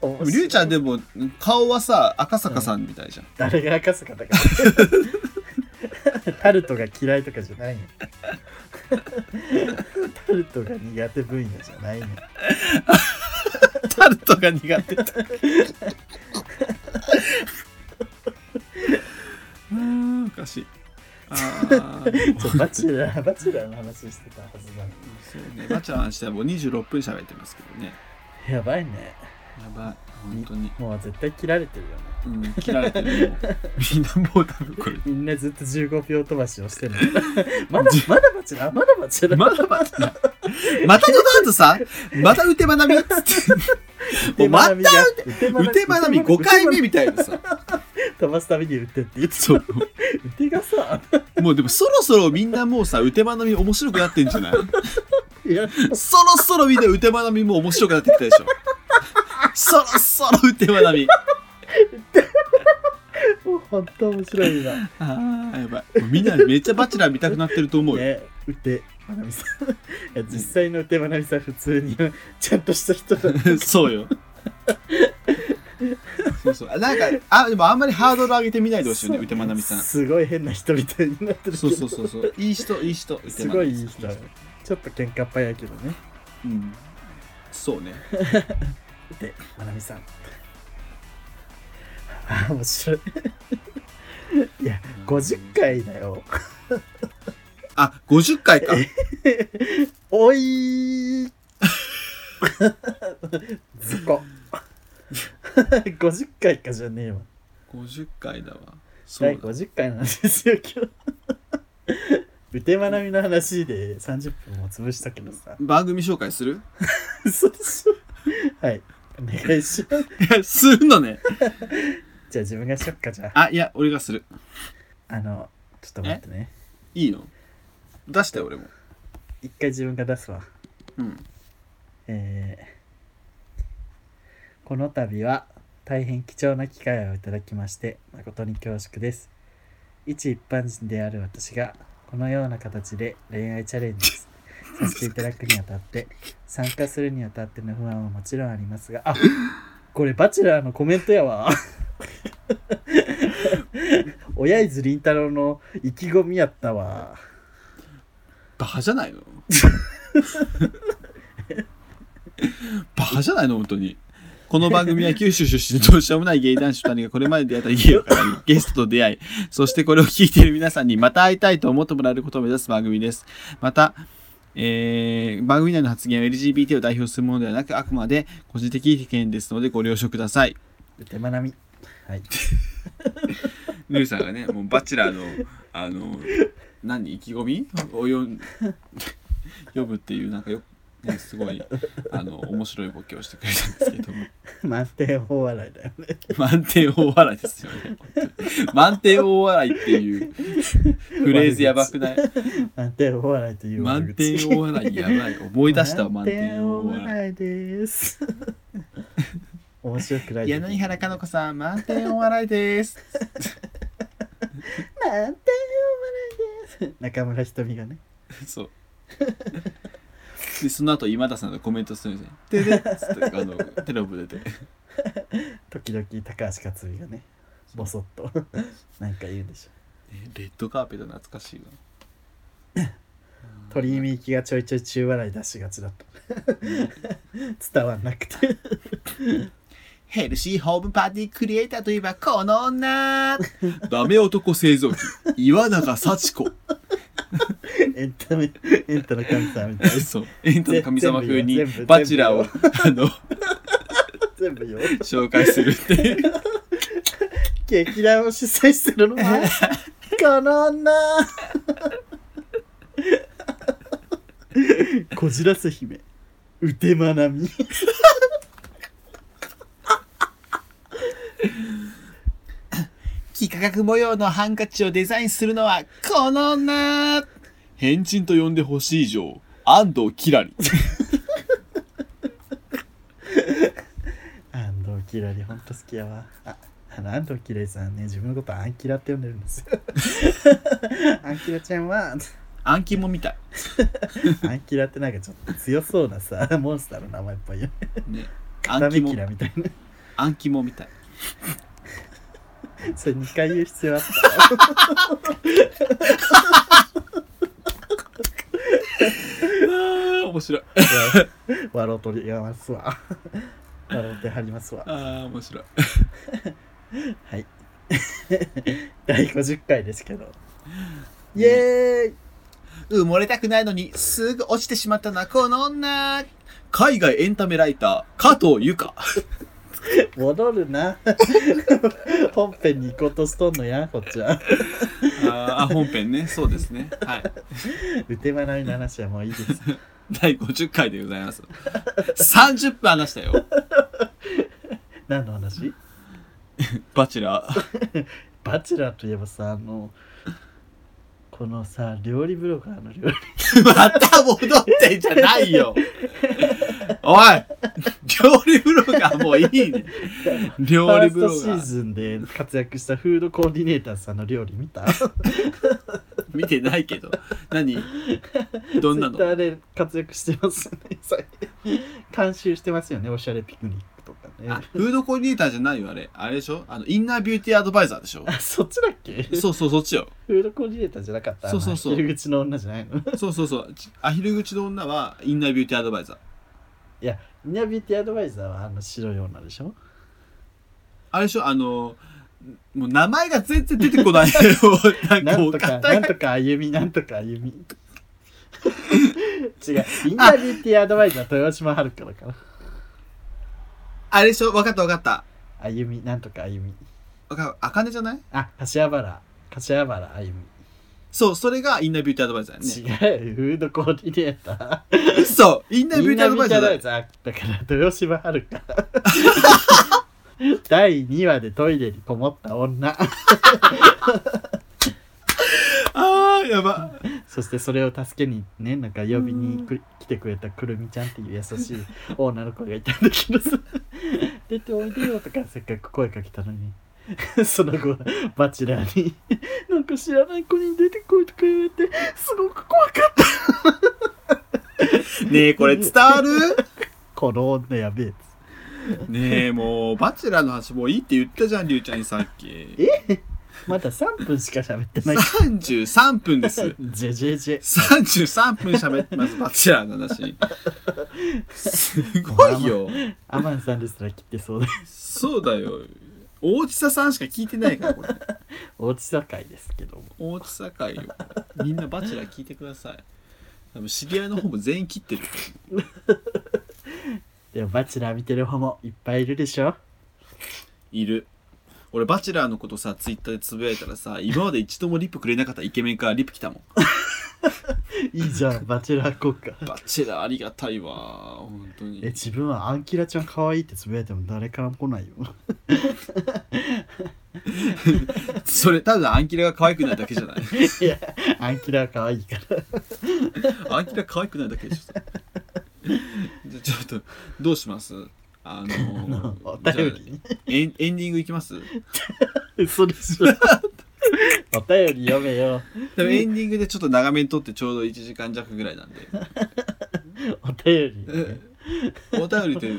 S2: 面白い
S1: りゅうちゃんでも顔はさ赤坂さんみたいじゃん、
S2: 誰が赤坂だか タルトが嫌いとかじゃないのタルトが苦手分野じゃないの
S1: タルトが苦手だうーんおかしいあー
S2: ちょバチェラーバチェラーの話してたはずなの
S1: そうねバチャーンしてはもう26分喋ってますけどね
S2: やばいね
S1: やばい本当に
S2: もう絶対切られてるよね
S1: うん切られて るよみんなもう多分これ
S2: みんなずっと15秒飛ばしをしてるの まだまだバチェラーまだバチェラー
S1: まだまだまたのダンスさまたうてまなみっつ ってもうまたう
S2: 腕まなみ
S1: てまなみ
S2: が
S1: 5回目みたいなさ
S2: 飛ばすたびに打ってって言って
S1: そう
S2: 腕がさ
S1: もうでもそろそろみんなもうさ、うてまなみ面白くなってんじゃない
S2: いや
S1: そろそろみんなうてまなみも面白くなってきたでしょ。そろそろうてまなみ。
S2: もう本当面白いな
S1: ああ、やばい。もうみんなめっちゃバチェラー見たくなってると思うよ。
S2: ね、うてまなみさん。いや実際のうてまなみさん、普通にちゃんとした人だ。
S1: そうよ。そうそう。なんか、あ、でもあんまりハードル上げてみないでほしいよね、うてまなみさん。
S2: すごい変な人みたいになってるけど。
S1: そうそうそうそう。いい人、いい人、うて
S2: す
S1: ま
S2: ご
S1: ないみ
S2: いい人だね。ちょっと喧嘩っ早いけどね。
S1: うん。そうね。
S2: うてまなみさん。あー、面白い。いや、50回だよ。
S1: あ、50回か。
S2: おい ー ずこ。50回かじゃねえわ。
S1: 50回だわ。そう
S2: 第
S1: だ。
S2: 50回なんですよ今日 うてまなみの話で30分も潰したけどさ
S1: 番組紹介する
S2: 嘘でしょはいお願いします
S1: いや、 するのね。
S2: じゃあ自分がしよっかじゃあ
S1: あ、いや、俺がする。
S2: あのちょっと待ってね
S1: いいの出して、俺も。
S2: 一回自分が出すわ
S1: うん。
S2: えーこの度は大変貴重な機会をいただきまして誠に恐縮です。一一般人である私がこのような形で恋愛チャレンジを させていただくにあたって参加するにあたっての不安はもちろんありますがあこれバチェラーのコメントやわ親伊豆凛太郎の意気込みやったわ
S1: バカじゃ ないのバカじゃないの本当に。この番組は九州出身のどうしようもない芸男子2人がこれまで出会った 芸を語り、ゲストと出会い、そしてこれを聞いている皆さんにまた会いたいと思ってもらえることを目指す番組です。また、えー番組内の発言は LGBT を代表するものではなく、あくまで個人的意見ですのでご了承ください。
S2: うてまなみはい
S1: ルーさんがね、もうバチェラーの、あの、何、意気込みを読ん読むっていう、なんかよ、ね、すごい、あの、面白いボケをしてくれたんですけども、
S2: 満点大笑いだよね
S1: 満点大笑いですよね。本当に満点大笑いっていうフレーズやばくない
S2: 満点大笑いという
S1: 満点大笑いや ばい。思い出したわ、満点大
S2: 満点大
S1: 笑。
S2: 笑いです。面白くないい。
S1: 柳原かの子さん、満点大笑いです。
S2: 満点大笑いです。中村ひとみがね。
S1: そう。で、その後、今田さんのコメントするんですよ。で、で、つって、あの、テロップ出て。
S2: 時々高橋克実がね。ボソッとなんか言うんでしょ。
S1: えレッドカーペット懐かしいな。
S2: 鳥居みゆきがちょいちょい中笑い出しがちだった 伝わんなくて
S1: ヘルシーホームパーティークリエイターといえばこの女ダメ男製造機岩永幸子
S2: エンタメエンタの神様みたいな
S1: そうエンタの神様風に
S2: 全部
S1: バチェラーを
S2: 全
S1: あの
S2: 全部よ
S1: 紹介するっていう
S2: 劇団を主催するのは この 女こじらせ姫うてまなみ
S1: 幾何学模様のハンカチをデザインするのはこの女変人と呼んでほしい以上安藤キラリ
S2: 安藤キラリほんと好きやわああの安藤キラリさんね自分のことアンキラって呼んでるんです よアンキラちゃんは
S1: 暗記もみたい、
S2: アンキラってなんかちょっと強そうなさモンスターの名前っぽいよね
S1: ね、
S2: ダ
S1: 暗記
S2: メ
S1: も
S2: キラみたいな
S1: 暗記もみたい
S2: それ2回言う必要あった
S1: あー面白い
S2: 笑うとりやますわ笑うてはりますわ
S1: あー面白い
S2: はい 第50回ですけどイエーイ
S1: 埋もれたくないのにすぐ落ちてしまったのはこの女海外エンタメライター加藤由香
S2: 戻るな 本編に行こうとしとんのやこっちは
S1: ああ本編ねそうですねはい
S2: 打てまなみの話はもういいです
S1: 第50回でございます30分話したよ
S2: 何の話
S1: バチェラー
S2: バチェラーといえばさあのこのさ料理ブロガーの料理
S1: また戻ってんじゃないよおい料理ブロガーもういいね料理ブロ
S2: ファーストシ
S1: ガ
S2: ー
S1: ー
S2: ズンで活躍したフードコーディネーターさんの料理見た
S1: 見てないけど何どんなの
S2: ツイッターで活躍してますね。 最近監修してますよね、おしゃれピクニックとか
S1: あ
S2: ね。
S1: フードコーディネーターじゃないよあれあれでしょあのインナービューティーアドバイザーでしょ
S2: あ、そっちだっけ フ
S1: そうそうそっちよ
S2: ードコーディネーターじゃなかった
S1: そうそうそう
S2: あの入り口の女じゃないの。
S1: そうそうそうちアヒル口の女はインナービューティーアドバイザー
S2: いや、イナビティアドバイザーはあの白い女 でしょ
S1: あれでしょあのもう名前が全然出てこ ないよなん
S2: な
S1: かも
S2: ん
S1: う
S2: とか、
S1: 肩
S2: なん
S1: が
S2: とか歩み、なんとか歩 み。違う、イナビティアドバイザー、豊島春子だから。
S1: あれでしょわかったわかった
S2: 歩み、なんとか歩み。
S1: わかあかねじゃない
S2: あ、柏原、柏原歩み。
S1: そうそれがインナービューティーアドバイザー
S2: 違
S1: ね
S2: う、フードコーディネーター。
S1: 嘘インナービューティーアドバイザーだよ
S2: ーだから豊島遥か 第2話でトイレにこもった女
S1: あーやば
S2: そしてそれを助けにねなんか呼びにく来てくれたくるみちゃんっていう優しい女の子がいたんだけどさ 出ておいでよとかせっかく声かけたのに その後バチェラーに なんか知らない子に出てこいとか言われてすごく怖かった
S1: ねえこれ伝わる
S2: この女やべえ
S1: ねえもうバチェラーの話もういいって言ったじゃんりゅうちゃんにさっき
S2: まだ3分しか喋ってない
S1: 33分です
S2: ジェジェジェ
S1: 33分喋ってますバチェラーの話すごいよ
S2: アマンさんですら切ってそうだ
S1: そうだよ大地佐さんしか聞いてないからこれ
S2: 大地境ですけども
S1: 大地佐会よみんなバチェラー聞いてください多分知り合いの方も全員切ってる
S2: でもバチェラー見てる方もいっぱいいるでしょ
S1: いる俺バチェラーのことさツイッターでつぶやいたらさ今まで一度もリップくれなかったイケメンからリップ来たもん
S2: いいじゃんバチェラー効果
S1: バチェラーありがたいわ本当
S2: え
S1: に
S2: 自分はアンキラちゃん可愛いってつぶやいても誰からも来ないよ
S1: それただアンキラが可愛くないだけじゃない
S2: いやアンキラは可愛いか ら
S1: アンキラ可愛くないだけでし ょじゃちょっとどうします あのー
S2: お便
S1: じゃ
S2: り
S1: あエンエンディングいきます
S2: 嘘でしょ お便り読めよ
S1: でもエンディングでちょっと長めに撮ってちょうど1時間弱ぐらいなんで
S2: お便り、ね、
S1: お便りって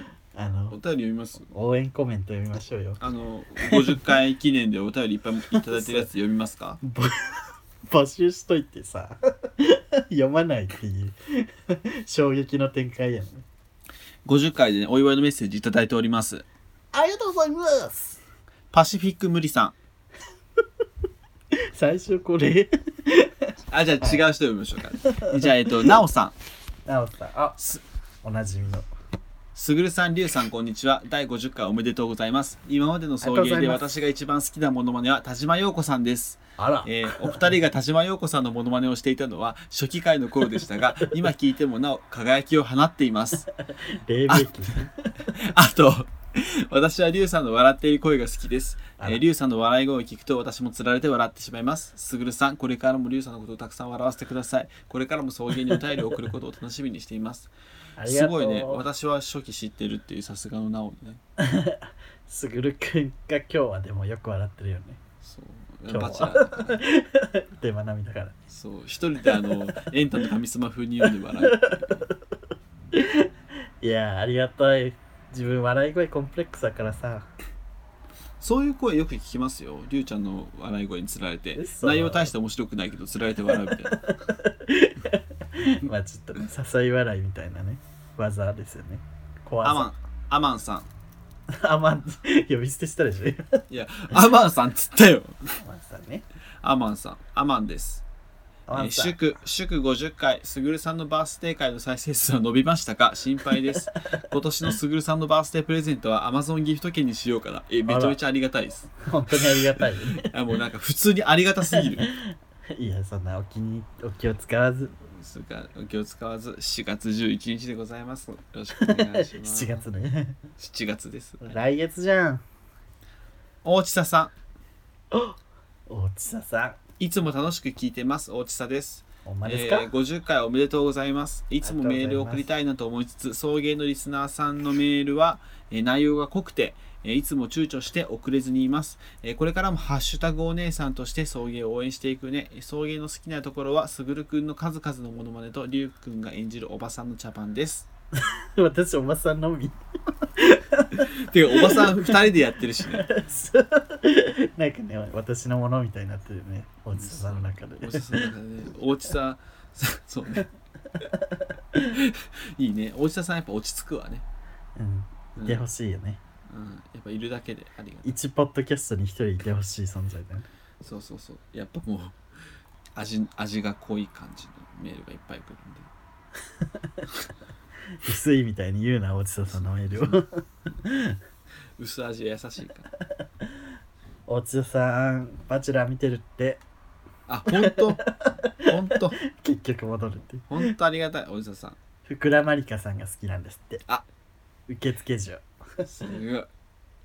S1: お便
S2: あの
S1: り読みます
S2: 応援コメント読みましょうよ
S1: あの50回記念でお便りいっぱいいただいてるやつ読みますか
S2: ぼ募集しといてさ読まないっていう衝撃の展開やね
S1: 50回で、ね、お祝いのメッセージいただいております。
S2: ありがとうございます
S1: パシフィック無理さん。
S2: 最初これ
S1: あ、じゃあ違う人呼びましょうか。 じゃあ、えっと、なおさん。
S2: 直さんあ
S1: す
S2: おなじみの
S1: すぐるさん、りゅうさん、こんにちは。第50回おめでとうございます。今までの送迎
S2: あ
S1: で
S2: りがとうございます
S1: 私が一番好きなモノマネは田島陽子さんです。
S2: あら
S1: えーお二人が田島陽子さんのモノマネをしていたのは初期回の頃でした が、今聞いてもなお輝きを放っています。
S2: 霊媒記
S1: あと、私はリュウさんの笑っている声が好きです。え
S2: あら
S1: ー、リュウさんの笑い声を聞くと私もつられて笑ってしまいます。すぐるさん、これからもリュウさんのことをたくさん笑わせてください。これからも送迎にお便りを送ることを楽しみにしています。
S2: あり
S1: す
S2: がと
S1: ご
S2: う
S1: いね、私は初期知ってるっていうさすがのなおね。
S2: すぐるくんが今日はでもよく笑ってるよね
S1: そう、
S2: 今日
S1: バ
S2: は
S1: チェラーだから
S2: でまなみだから
S1: そう、一人であの、エンタの神様風に読んで笑うっていう。
S2: いやーありがたい自分笑い声コンプレックスだからさ
S1: そういう声よく聞きますよ。リュウちゃんの笑い声につられて。
S2: 嘘
S1: 内容大して面白くないけど、つられて笑うみたいな。
S2: まあちょっとね誘い笑いみたいなね技ですよね怖
S1: アマ
S2: さ
S1: ン、アマンさん。
S2: アマン呼び捨てしたでしょ今
S1: いや、アマンさんっつったよ。
S2: アマンさんね
S1: アマンさん、アマンです。
S2: アマ
S1: えー
S2: ンさん
S1: 祝、祝50回、すぐるさんのバースデー会の再生数は伸びましたか心配 です。今年のすぐるさんのバースデープレゼントは Amazon ギフト券にしようかな。え、めちゃめちゃありがたいです。
S2: 本当にありがたいよね
S1: あもうなんか普通にありがたすぎる。
S2: いやそんなお気にお気を使わず
S1: そうか、お気を使わず、4月11日でございます。よろしくお願い します。
S2: 7月ね
S1: 7月です。
S2: 来月じゃん
S1: 大地ささ
S2: 大地ささん
S1: ん、いつも楽しく聞いてます。大地さです。
S2: ほんまですか、
S1: えー50回おめでとうございますいつもメールを送りたいなと思いつつ送迎のリスナーさんのメールは、えー内容が濃くて、えーいつも躊躇して遅れずにいます、えーこれからも「ハッシュタグお姉さん」として送迎を応援していくね送迎の好きなところはすぐるくんの数々のモノマネとりゅうくんが演じるおばさんの茶番です
S2: 私おばさんのみ
S1: ていうかおばさん2人でやってるしね
S2: なんかね私のものみたいになってるよね大地ささんの中で
S1: おじさんの中でね大地さんさそう ねいいね大地さんやっぱ落ち着くわね、
S2: うん
S1: うん
S2: いてほしいよね、
S1: うん、やっぱいるだけでありがとう
S2: 一ポッドキャストに一人いてほしい存在だね。
S1: そうそうそうやっぱもう味味が濃い感じのメールがいっぱい来るんで
S2: 薄いみたいに言うな、落ちたさんのメールを。
S1: 薄味は優しいから
S2: 落ちたさん、バチェラー見てるって、
S1: あ本当本当
S2: 結局戻るって。
S1: 本当ありがたいおじさん
S2: 福田まりかさんが好きなんですって。
S1: あ
S2: 受付嬢。
S1: すごい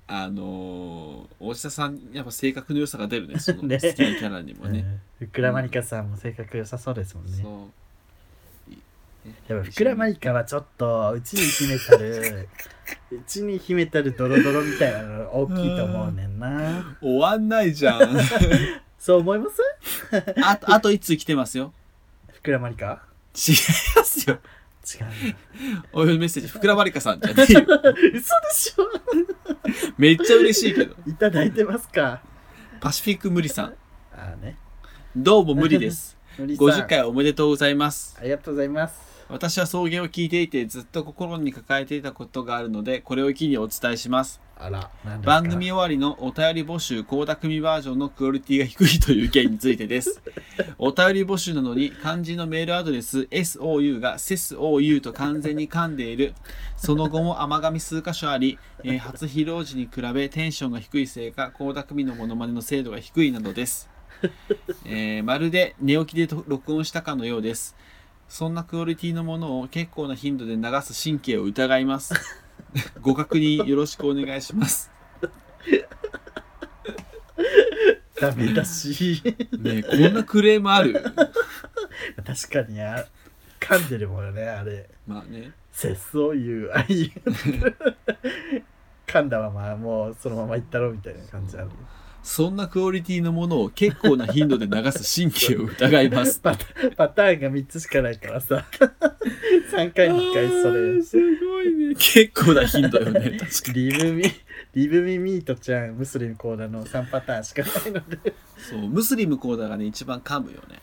S1: あのー、大下さんやっぱ性格の良さが出るねその
S2: ね
S1: 好きなキャラにもね
S2: うん福田まりかさんも性格良さそうですもんね。
S1: そういね
S2: でも福田まりかはちょっと、うちに秘めた る、うちに秘めたるドロドロみたいなの大きいと思うねんな。
S1: 終わんないじゃ ん
S2: そう思います
S1: あとあと1通来てますよ
S2: 福田まりか
S1: 違いますよ
S2: 違うな。
S1: おメッセージふくらまりかさんじゃねえ よ
S2: 嘘でしょ
S1: めっちゃ嬉しいけど
S2: いただいてますか
S1: パシフィック無理さん
S2: ああね。
S1: どうも無理です
S2: のりさん
S1: 50回おめでとうございます
S2: ありがとうございます。
S1: 私は送迎を聞いていてずっと心に抱えていたことがあるのでこれを機にお伝えします
S2: あら、
S1: 番組終わりのお便り募集高田組バージョンのクオリティが低いという件についてですお便り募集なのに漢字のメールアドレス SOU が SESOU と完全に噛んでいるその後も甘噛み数箇所あり、えー初披露時に比べテンションが低いせいか高田組のモノマネの精度が低いなどです、えーまるで寝起きでと録音したかのようですそんなクオリティのものを結構な頻度で流す神経を疑いますご確認よろしくお願いします
S2: ダメだし。
S1: ねえこんなクレームある
S2: 確かにあ、噛んでるもんね、あれ。
S1: まあね
S2: 節を言う、あいう。噛んだまま、もうそのままいったろみたいな感じある。
S1: そんなクオリティのものを結構な頻度で流す神経を疑います
S2: パタパターンが3つしかないからさ。3回に1回それ。
S1: すごいね結構な頻度よ ね確かに
S2: リブミ、リブミミートちゃん、ムスリムコーダの3パターンしかないので。
S1: そうムスリムコーダがね一番噛むよね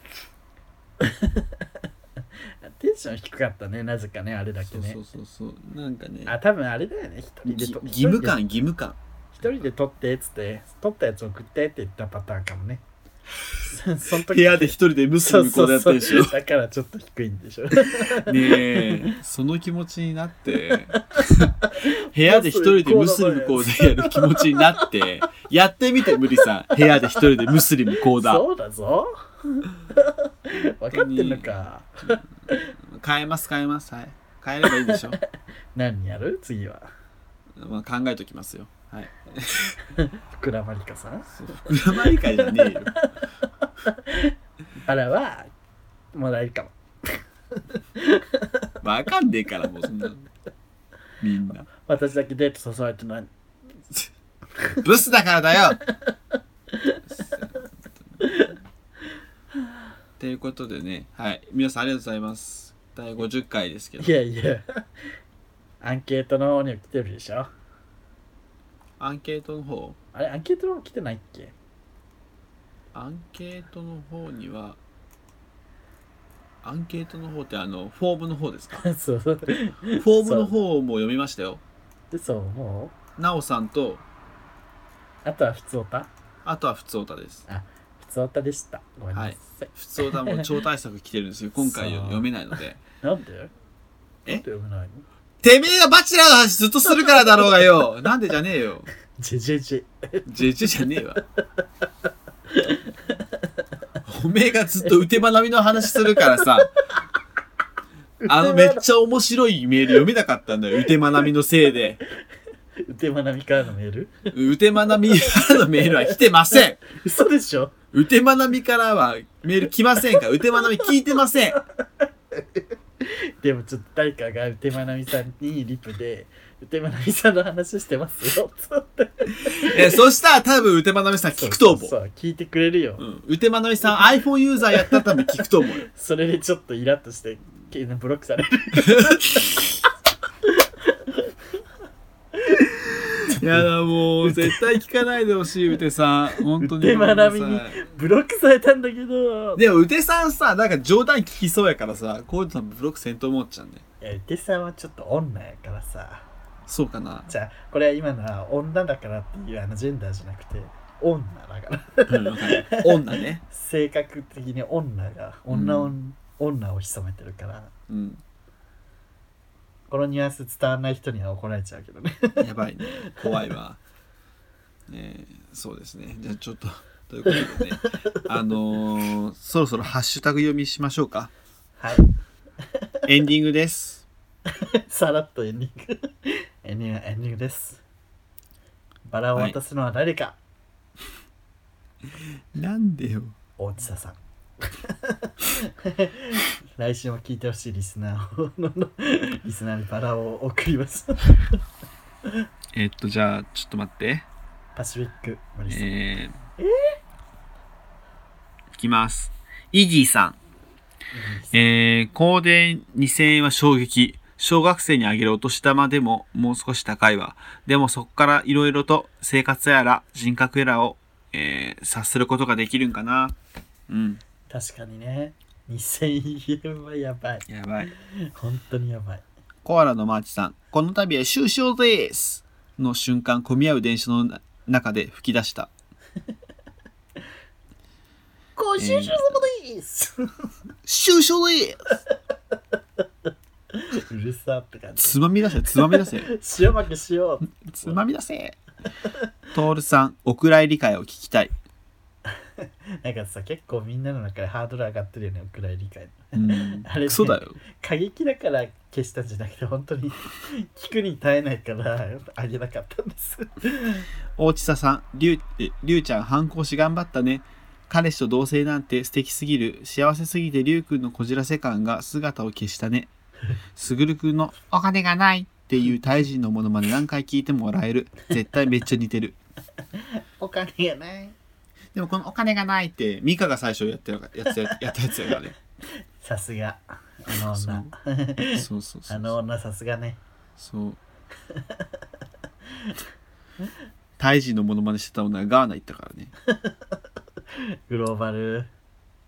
S2: テンション低かったねなぜかねあれだけ
S1: そう
S2: ね
S1: そうそうそうなんかね
S2: あ多分あれだよね一人で
S1: ぎ
S2: と
S1: 義務感義務感
S2: 一人で撮ってっつって撮ったやつ送ってって言ったパターンかもね そその時
S1: 部屋で一人で無視
S2: そう
S1: 無
S2: そ
S1: 効でや
S2: う
S1: って
S2: そ
S1: るでしょ
S2: うだからちょっと低いん でしょ
S1: ねえその気持ちになって 部屋で一人でムスリム講座やる気持ちになってやってみて無理さん部屋で一人でムスリム講座
S2: そうだぞ分かってんのか
S1: 変えます変えますはい変えればいいでしょ、
S2: 何やる次は
S1: まあ、考えときますよはい
S2: 福田まりかさん
S1: そう福山理解じゃねえよ
S2: あらはもらえるかも
S1: わかんねえからもうそんなのみんな
S2: 私だけデート誘われてない
S1: ブスだからだよ ということでねはい皆さんありがとうございます第50回ですけど
S2: いやいやアンケートの方には来てるでしょ
S1: アンケートの方
S2: あれアンケートの方来てないっけ
S1: アンケートの方にはアンケートの方ってあのフォームの方ですか
S2: そう
S1: フォームの方も読みましたよ
S2: 嘘も
S1: なおさんと
S2: うあとは普通オタ
S1: あとはふつおたです
S2: 普通オタでしたごめんなさい、
S1: ふつおたも超大作来てるん ですよ今回
S2: そう
S1: 読めないので
S2: なんで
S1: え
S2: なんで読めないの
S1: てめえがバチェラーの話ずっとするからだろうがよ なんでじゃねえよ
S2: ジェジェジェ
S1: ジェジェじゃねえわおめえがずっと腕学びの話するからさあのめっちゃ面白いメール読めなかったんだよ腕学びのせいで
S2: 腕まなみからのメ ール
S1: うてまなみからのメールは来てません。
S2: 嘘でしょ
S1: うてまなみからはメール来ませんかうてまなみ聞いてません。
S2: でもちょっと誰かが腕まなみさんにリプで腕まなみさんの話してますよつって
S1: えそしたら多分うてまなみさん 聞くと思。
S2: そうう聞いてくれるよ、
S1: うん、うてまなみさん iPhone ユーザーやったら多分聞くと思うよ。
S2: それでちょっとイラッとしてブロックされ る
S1: いやだもう絶対聞かないでほしいうて さん。本当に。
S2: うてまなみにブロックされたんだけど
S1: でもうてさんさ、なんか冗談聞きそうやからさ、こういうの多分ブロックせんと思っちゃうね。
S2: いやうてさんはちょっと女やからさ
S1: そうかな。
S2: じゃあこれは今のは女だからっていうあのジェンダーじゃなくて女だから
S1: うんわかる女ね。
S2: 性格的に女が女を、女を潜めてるから
S1: うん。
S2: このニュアンス伝わらない人には怒られちゃうけどね
S1: やばいね。怖いわ。ねえそうですね。じゃあちょっと、ということでね、あのーそろそろハッシュタグ読みしましょうか。
S2: はい
S1: エンディングです。
S2: さらっとエンディング エンディングはエンディングですバラを渡すのは誰か、
S1: なんでよ。
S2: 大地田さん 来週も聞いてほしいリスナーを ののリスナーにバラを送ります
S1: えっと、じゃあ、ちょっと待って。
S2: パシフィックマリさん、
S1: えいきます。イギーさん。えー、高電2000円は衝撃。小学生にあげるお年玉でももう少し高いわ。でもそこからいろいろと生活やら人格やらを、えー察することができるんかな。うん。
S2: 確かにね2000円はやばい
S1: やばい。
S2: 本当にやばい
S1: コアラのマーチさん。この度は終章です。の瞬間、混み合う電車のな中で吹き出した。
S2: ご愁傷様です、
S1: 終章です
S2: うるさって感じ
S1: つまみ出せ、つまみ出せ。
S2: 塩負けしよう
S1: つまみ出せ。トールさん、お蔵入り会を聞きたい。
S2: なんかさ結構みんなの中でハードル上がってるよねおくらい理解
S1: うん
S2: あれね
S1: クソだよ。
S2: 過激だから消したんじゃなくて本当に 聞くに耐えないからあげなかったんです
S1: 大地佐さん、りゅうえりゅうちゃん反抗し頑張ったね。彼氏と同棲なんて素敵すぎる。幸せすぎてりゅうくんのこじらせ感が姿を消したね。すぐるくんのお金がないっていうタイ人のものまで何回聞いても笑える。絶対めっちゃ似てる。
S2: お金がない
S1: でもこのお金がないってミカが最初やってるかやつややったやつやからね。
S2: さすがあの
S1: そ
S2: 女
S1: うそうそうそう。
S2: あの女さすがね
S1: そう。タイ人のモノマネしてた女はガーナ行ったからね。
S2: グローバル、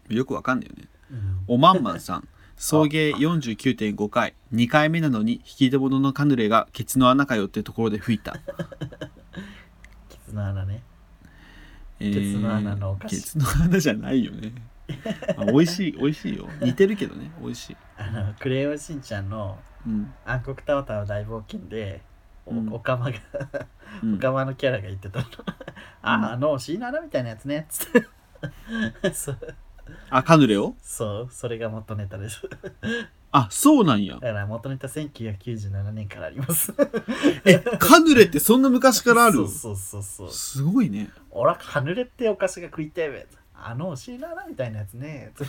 S1: よくわかんないよね。
S2: うん
S1: おまんまんさん。送迎49.5回2回目なのに引き出物のカヌレがケツの穴かよってところで吹いた、
S2: ケツの穴ね。
S1: えー
S2: ケツの穴のお菓子
S1: ケツの穴じゃないよね、まあ、美味しい美味しいよ似てるけどね美味しい、
S2: あの、クレヨンしんちゃんの
S1: うん
S2: 暗黒タワタワ大冒険で、お
S1: うん
S2: おかまが、
S1: う
S2: お
S1: ん
S2: かまのキャラが言ってたの。あ、あの、シーナラみたいなやつね。つって。 そう
S1: あカヌレを
S2: そう、それが元ネタです。
S1: あそうなんや
S2: だから元ネタ1997年からあります。
S1: えカヌレってそんな昔からある
S2: そうそうそうそう。
S1: すごいね
S2: 俺はカヌレってお菓子が食いたいべ。あの、シーナラみたいなやつね。つっ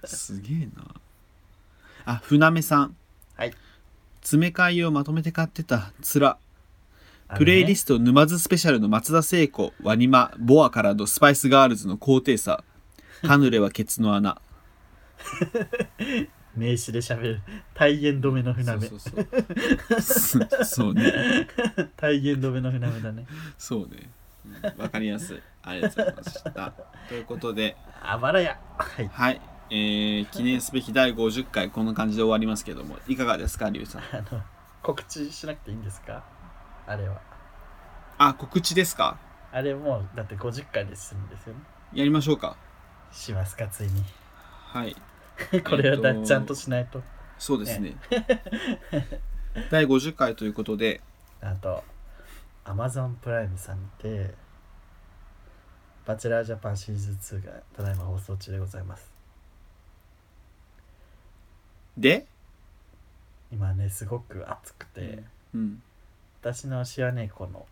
S2: て
S1: すげえなあ船目さん
S2: はい
S1: 詰め替えをまとめて買ってたつら プレイリスト沼津スペシャルの松田聖子ワニマボアからのスパイスガールズの高低差カヌレはケツの穴
S2: 名詞で喋る体言止めの船目
S1: そうそうそうそうね
S2: 体言止めの船目だね
S1: そうねうんわ、かりやすいありがとうございましたということで
S2: あばらやはい
S1: はいえー記念すべき第50回こんな感じで終わりますけどもいかがですかリュウさん
S2: あの告知しなくていいんですかあれは
S1: あ告知ですか
S2: あれもうだって50回で済むんですよね
S1: やりましょうか
S2: しますかついに
S1: はい
S2: これはだ、
S1: えっと
S2: ちゃんとしないと
S1: そうですね 第50回ということで
S2: あと Amazon プライムさんでバチェラージャパンシーズン2がただいま放送中でございます
S1: で、
S2: 今ねすごく暑くて、
S1: うん、
S2: 私のシワ猫の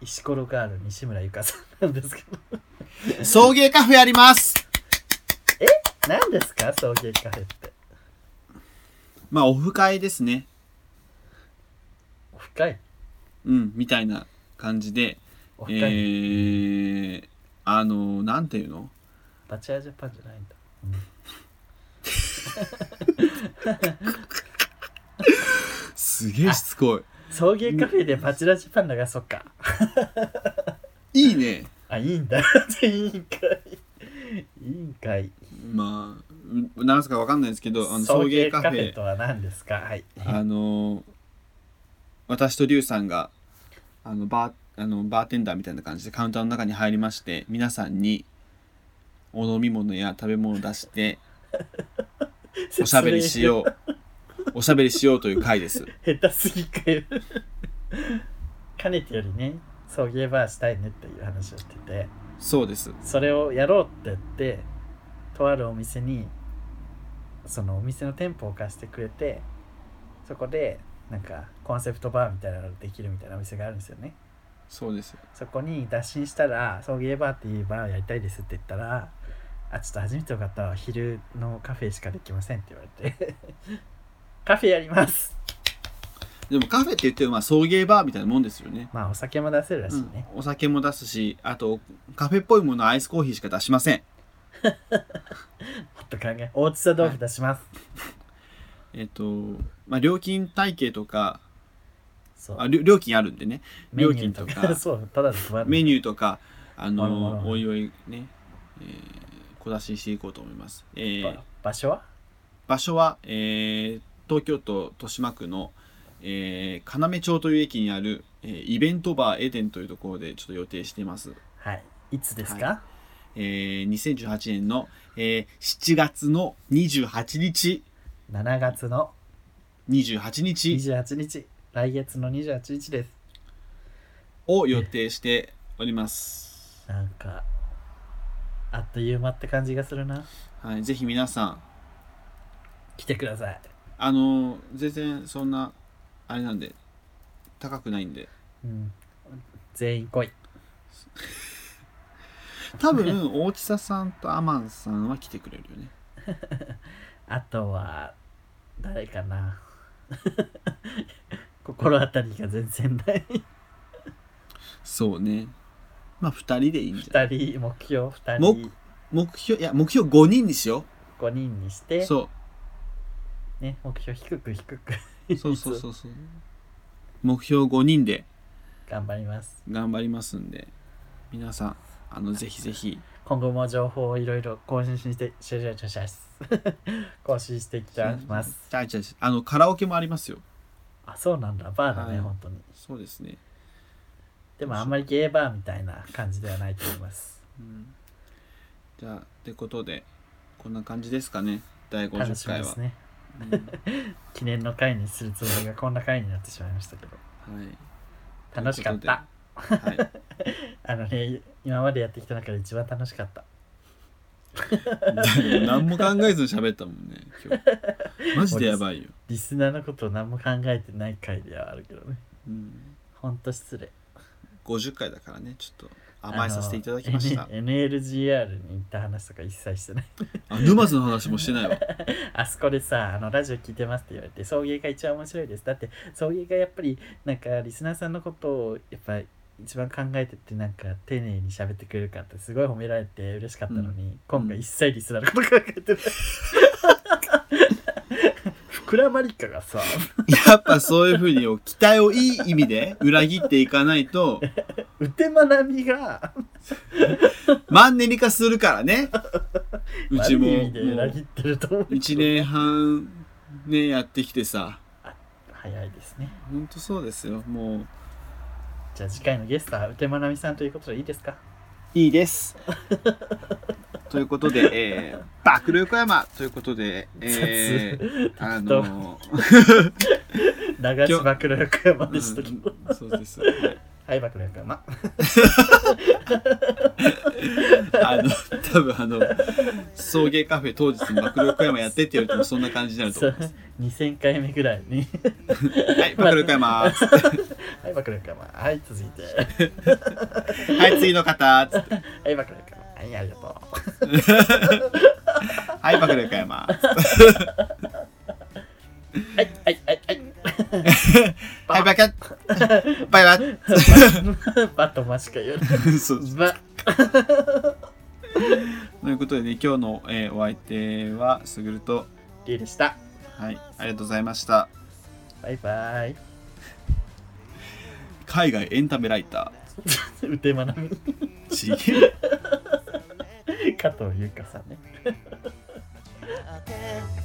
S2: 石ころガール西村ゆかさんなんですけ ど
S1: 送迎カフェやります
S2: 何ですか送迎カフェって
S1: まあオフ会ですね
S2: オフ会
S1: うんみたいな感じで
S2: オフ
S1: え
S2: 会、
S1: ー、あのなんていうの
S2: バチェラージャパンじゃないんだ
S1: すげえしつこ
S2: 送迎カフェでバチェラージャパンだがそっか
S1: いいいね
S2: あいいんだ いいんかいいいんかい
S1: まあうん何すかわかんないですけどあの送
S2: 送
S1: 迎
S2: 迎
S1: カ
S2: カ
S1: フ
S2: フ
S1: ェ
S2: ェとは何ですかはい
S1: あの私とリュウさんがあのバーあのバーテンダーみたいな感じでカウンターの中に入りまして皆さんにお飲み物や食べ物を出しておしゃべりしようおしゃべりしようという回です
S2: う下手すぎかよかねてよりね送迎バーしたいねっていう話をしてて
S1: そうです
S2: それをやろうって言ってとあるお店にそのお店の店舗を貸してくれてそこでなんかコンセプトバーみたいなのができるみたいなお店があるんですよね
S1: そうです
S2: そこに打診したら「送迎バーっていうバーをやりたいです」って言ったら「あちょっと初めての方は昼のカフェしかできません」って言われて 「カフェやります
S1: でもカフェって言ってもまあ送迎バーみたいなもんですよね」
S2: まあお酒も出せるらしいね、
S1: うん、お酒も出すしあとカフェっぽいものはアイスコーヒーしか出しません
S2: もっと考え大津さ豆腐出します、
S1: えっ、とまあ料金体系とか
S2: そう
S1: あ料料金あるんでね
S2: メニ
S1: 料
S2: ュー
S1: 金
S2: と
S1: と
S2: か
S1: か
S2: そうただの不安
S1: メニューとか、あ
S2: わらわらわ
S1: の
S2: ら
S1: おいおいね、えー小出しにしていこうと思います。えー
S2: ば場所は
S1: 場所は、えー東京都豊島区の、えー、要町という駅にある、えーイベントバーエデンというところでちょっと予定しています。
S2: はい。いつですか、
S1: えー、2018年の、えー7月の28日、
S2: ?7 月の
S1: 28日
S2: 28日。来月の28日です。
S1: を予定しております。
S2: なんか、あっという間って感じがするな。
S1: はい、ぜひ皆さん、
S2: 来てください。
S1: あの全然そんなあれなんで高くないんで
S2: うん。全員来い。
S1: 多分大地佐さんとアマンさんは来てくれるよね
S2: あとは、誰かな。心当たりが全然ない。
S1: そうねまあ2人でいいんじゃない
S2: 2人、目標2
S1: も
S2: 人、
S1: 目標いや目標5人にしよ
S2: 5人にし
S1: う
S2: て、
S1: そ
S2: ね、目標低く低く
S1: うそうそうそうそう目標5人で
S2: 頑張ります。
S1: 頑張りますんで皆さんあのぜひぜひ
S2: 今後も情報をいろいろ更新して、シュシュシュシュシュ更新していきます。
S1: じゃあじゃああのカラオケもありますよ
S2: あ、そうなんだ。バーだね、
S1: はい
S2: 本当に。
S1: そうですね、
S2: でもあんまりゲーバーみたいな感じではないと思います。
S1: うん、じゃあってことでこんな感じですかね第
S2: 楽し
S1: 50
S2: み
S1: 回
S2: で
S1: は
S2: す、ね。
S1: うん
S2: 記念の回にするつもりがこんな回になってしまいましたけど。
S1: はい
S2: 楽しかった。
S1: はい
S2: あのね、今までやってきた中で一番楽しかった。
S1: 何も考えずに喋ったもんね今日マジでやばいよ、
S2: リスナーのことを何も考えてない回ではあるけどね。
S1: うん、
S2: ほんと失礼。
S1: 50回だからねちょっと甘えさせていただきました
S2: あの N- NLGR に行った話とか一切してない。
S1: あ沼津の話もしてないわ
S2: あそこでさ、あのラジオ聞いてますって言われて、送迎が一番面白いです。だって、送迎がやっぱり、なんか、リスナーさんのことを、やっぱり、一番考えてって、なんか、丁寧に喋ってくれるかって、すごい褒められて嬉しかったのに、今回一切リスナーのこと考えて ない。膨らまりかがさ、
S1: やっぱそういうふうに期待をいい意味で裏切っていかないと
S2: うてまなみ が、
S1: マンネリ化するからねうちも
S2: 悪い
S1: も
S2: 意味で裏切
S1: 1
S2: ってると思う。
S1: 年半ねやってきてさ
S2: 早いですね。
S1: ほんとそうですよもう
S2: じゃあ次回のゲストは、うてまなみさんということでいいですか
S1: いい です。ということで、えー、バックル横山ということで、えー、あのー、
S2: 流しまくる横山でしたけど。
S1: うんそうです、はい
S2: はい、まくる横山。
S1: あの、多分あの、送迎カフェ当日にバックル横山やってって言われてもそんな感じになると
S2: そ
S1: 思
S2: う2000回目ぐらいに
S1: う。はい、バックル横山、つって
S2: はいバクレカマはい続 いては
S1: はい、次の方、つって
S2: いバクレカマはいありがと
S1: はい、バックル横山、
S2: うはいはいはいは
S1: は
S2: い
S1: い、バカバイバイ
S2: バットマしか言わない
S1: そう
S2: バ
S1: ということでね、今日の、えーお相手は、すぐると、
S2: リュウでした
S1: はい、ありがとうございました。
S2: バイバイ
S1: 海外エンタメライタ
S2: うてまなみ
S1: ー、ちげえ
S2: 加藤優香さんね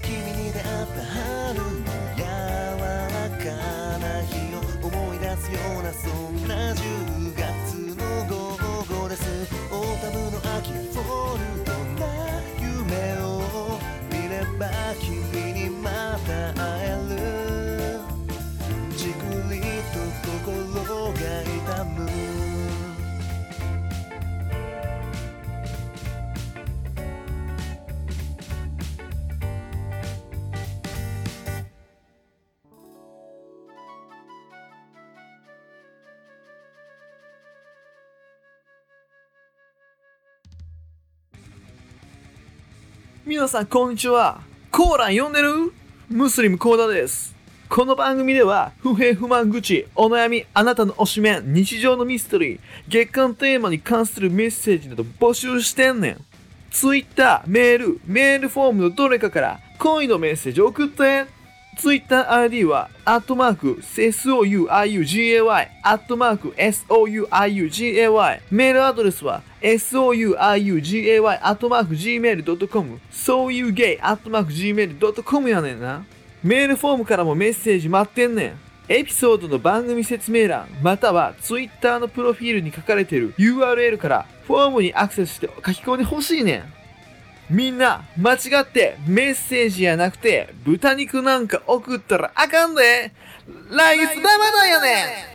S3: 君に出会った春の柔らかな日を思い出すようなそんな10月の午後ですオータムの秋フォルトな夢を見れば君にまた会えるじくりと心が痛む
S4: 皆さんこんにちはコーラン読んでるムスリムコーダですこの番組では不平不満愚痴お悩みあなたの推しメン日常のミステリー月間テーマに関するメッセージなど募集してんねん Twitter メールメールフォームのどれかから恋のメッセージを送って TwitterID は、アットマーク、souiugay、アットマーク、souiugay。メールアドレスは、souiugay、アットマーク、gmail.com、sougay、アットマーク、gmail.com やねんな。メールフォームからもメッセージ待ってんねん。エピソードの番組説明欄、または Twitter のプロフィールに書かれている URL から、フォームにアクセスして書き込んでほしいねん。みんな、間違ってメッセージやなくて、豚肉なんか送ったらあかんで来月生だよね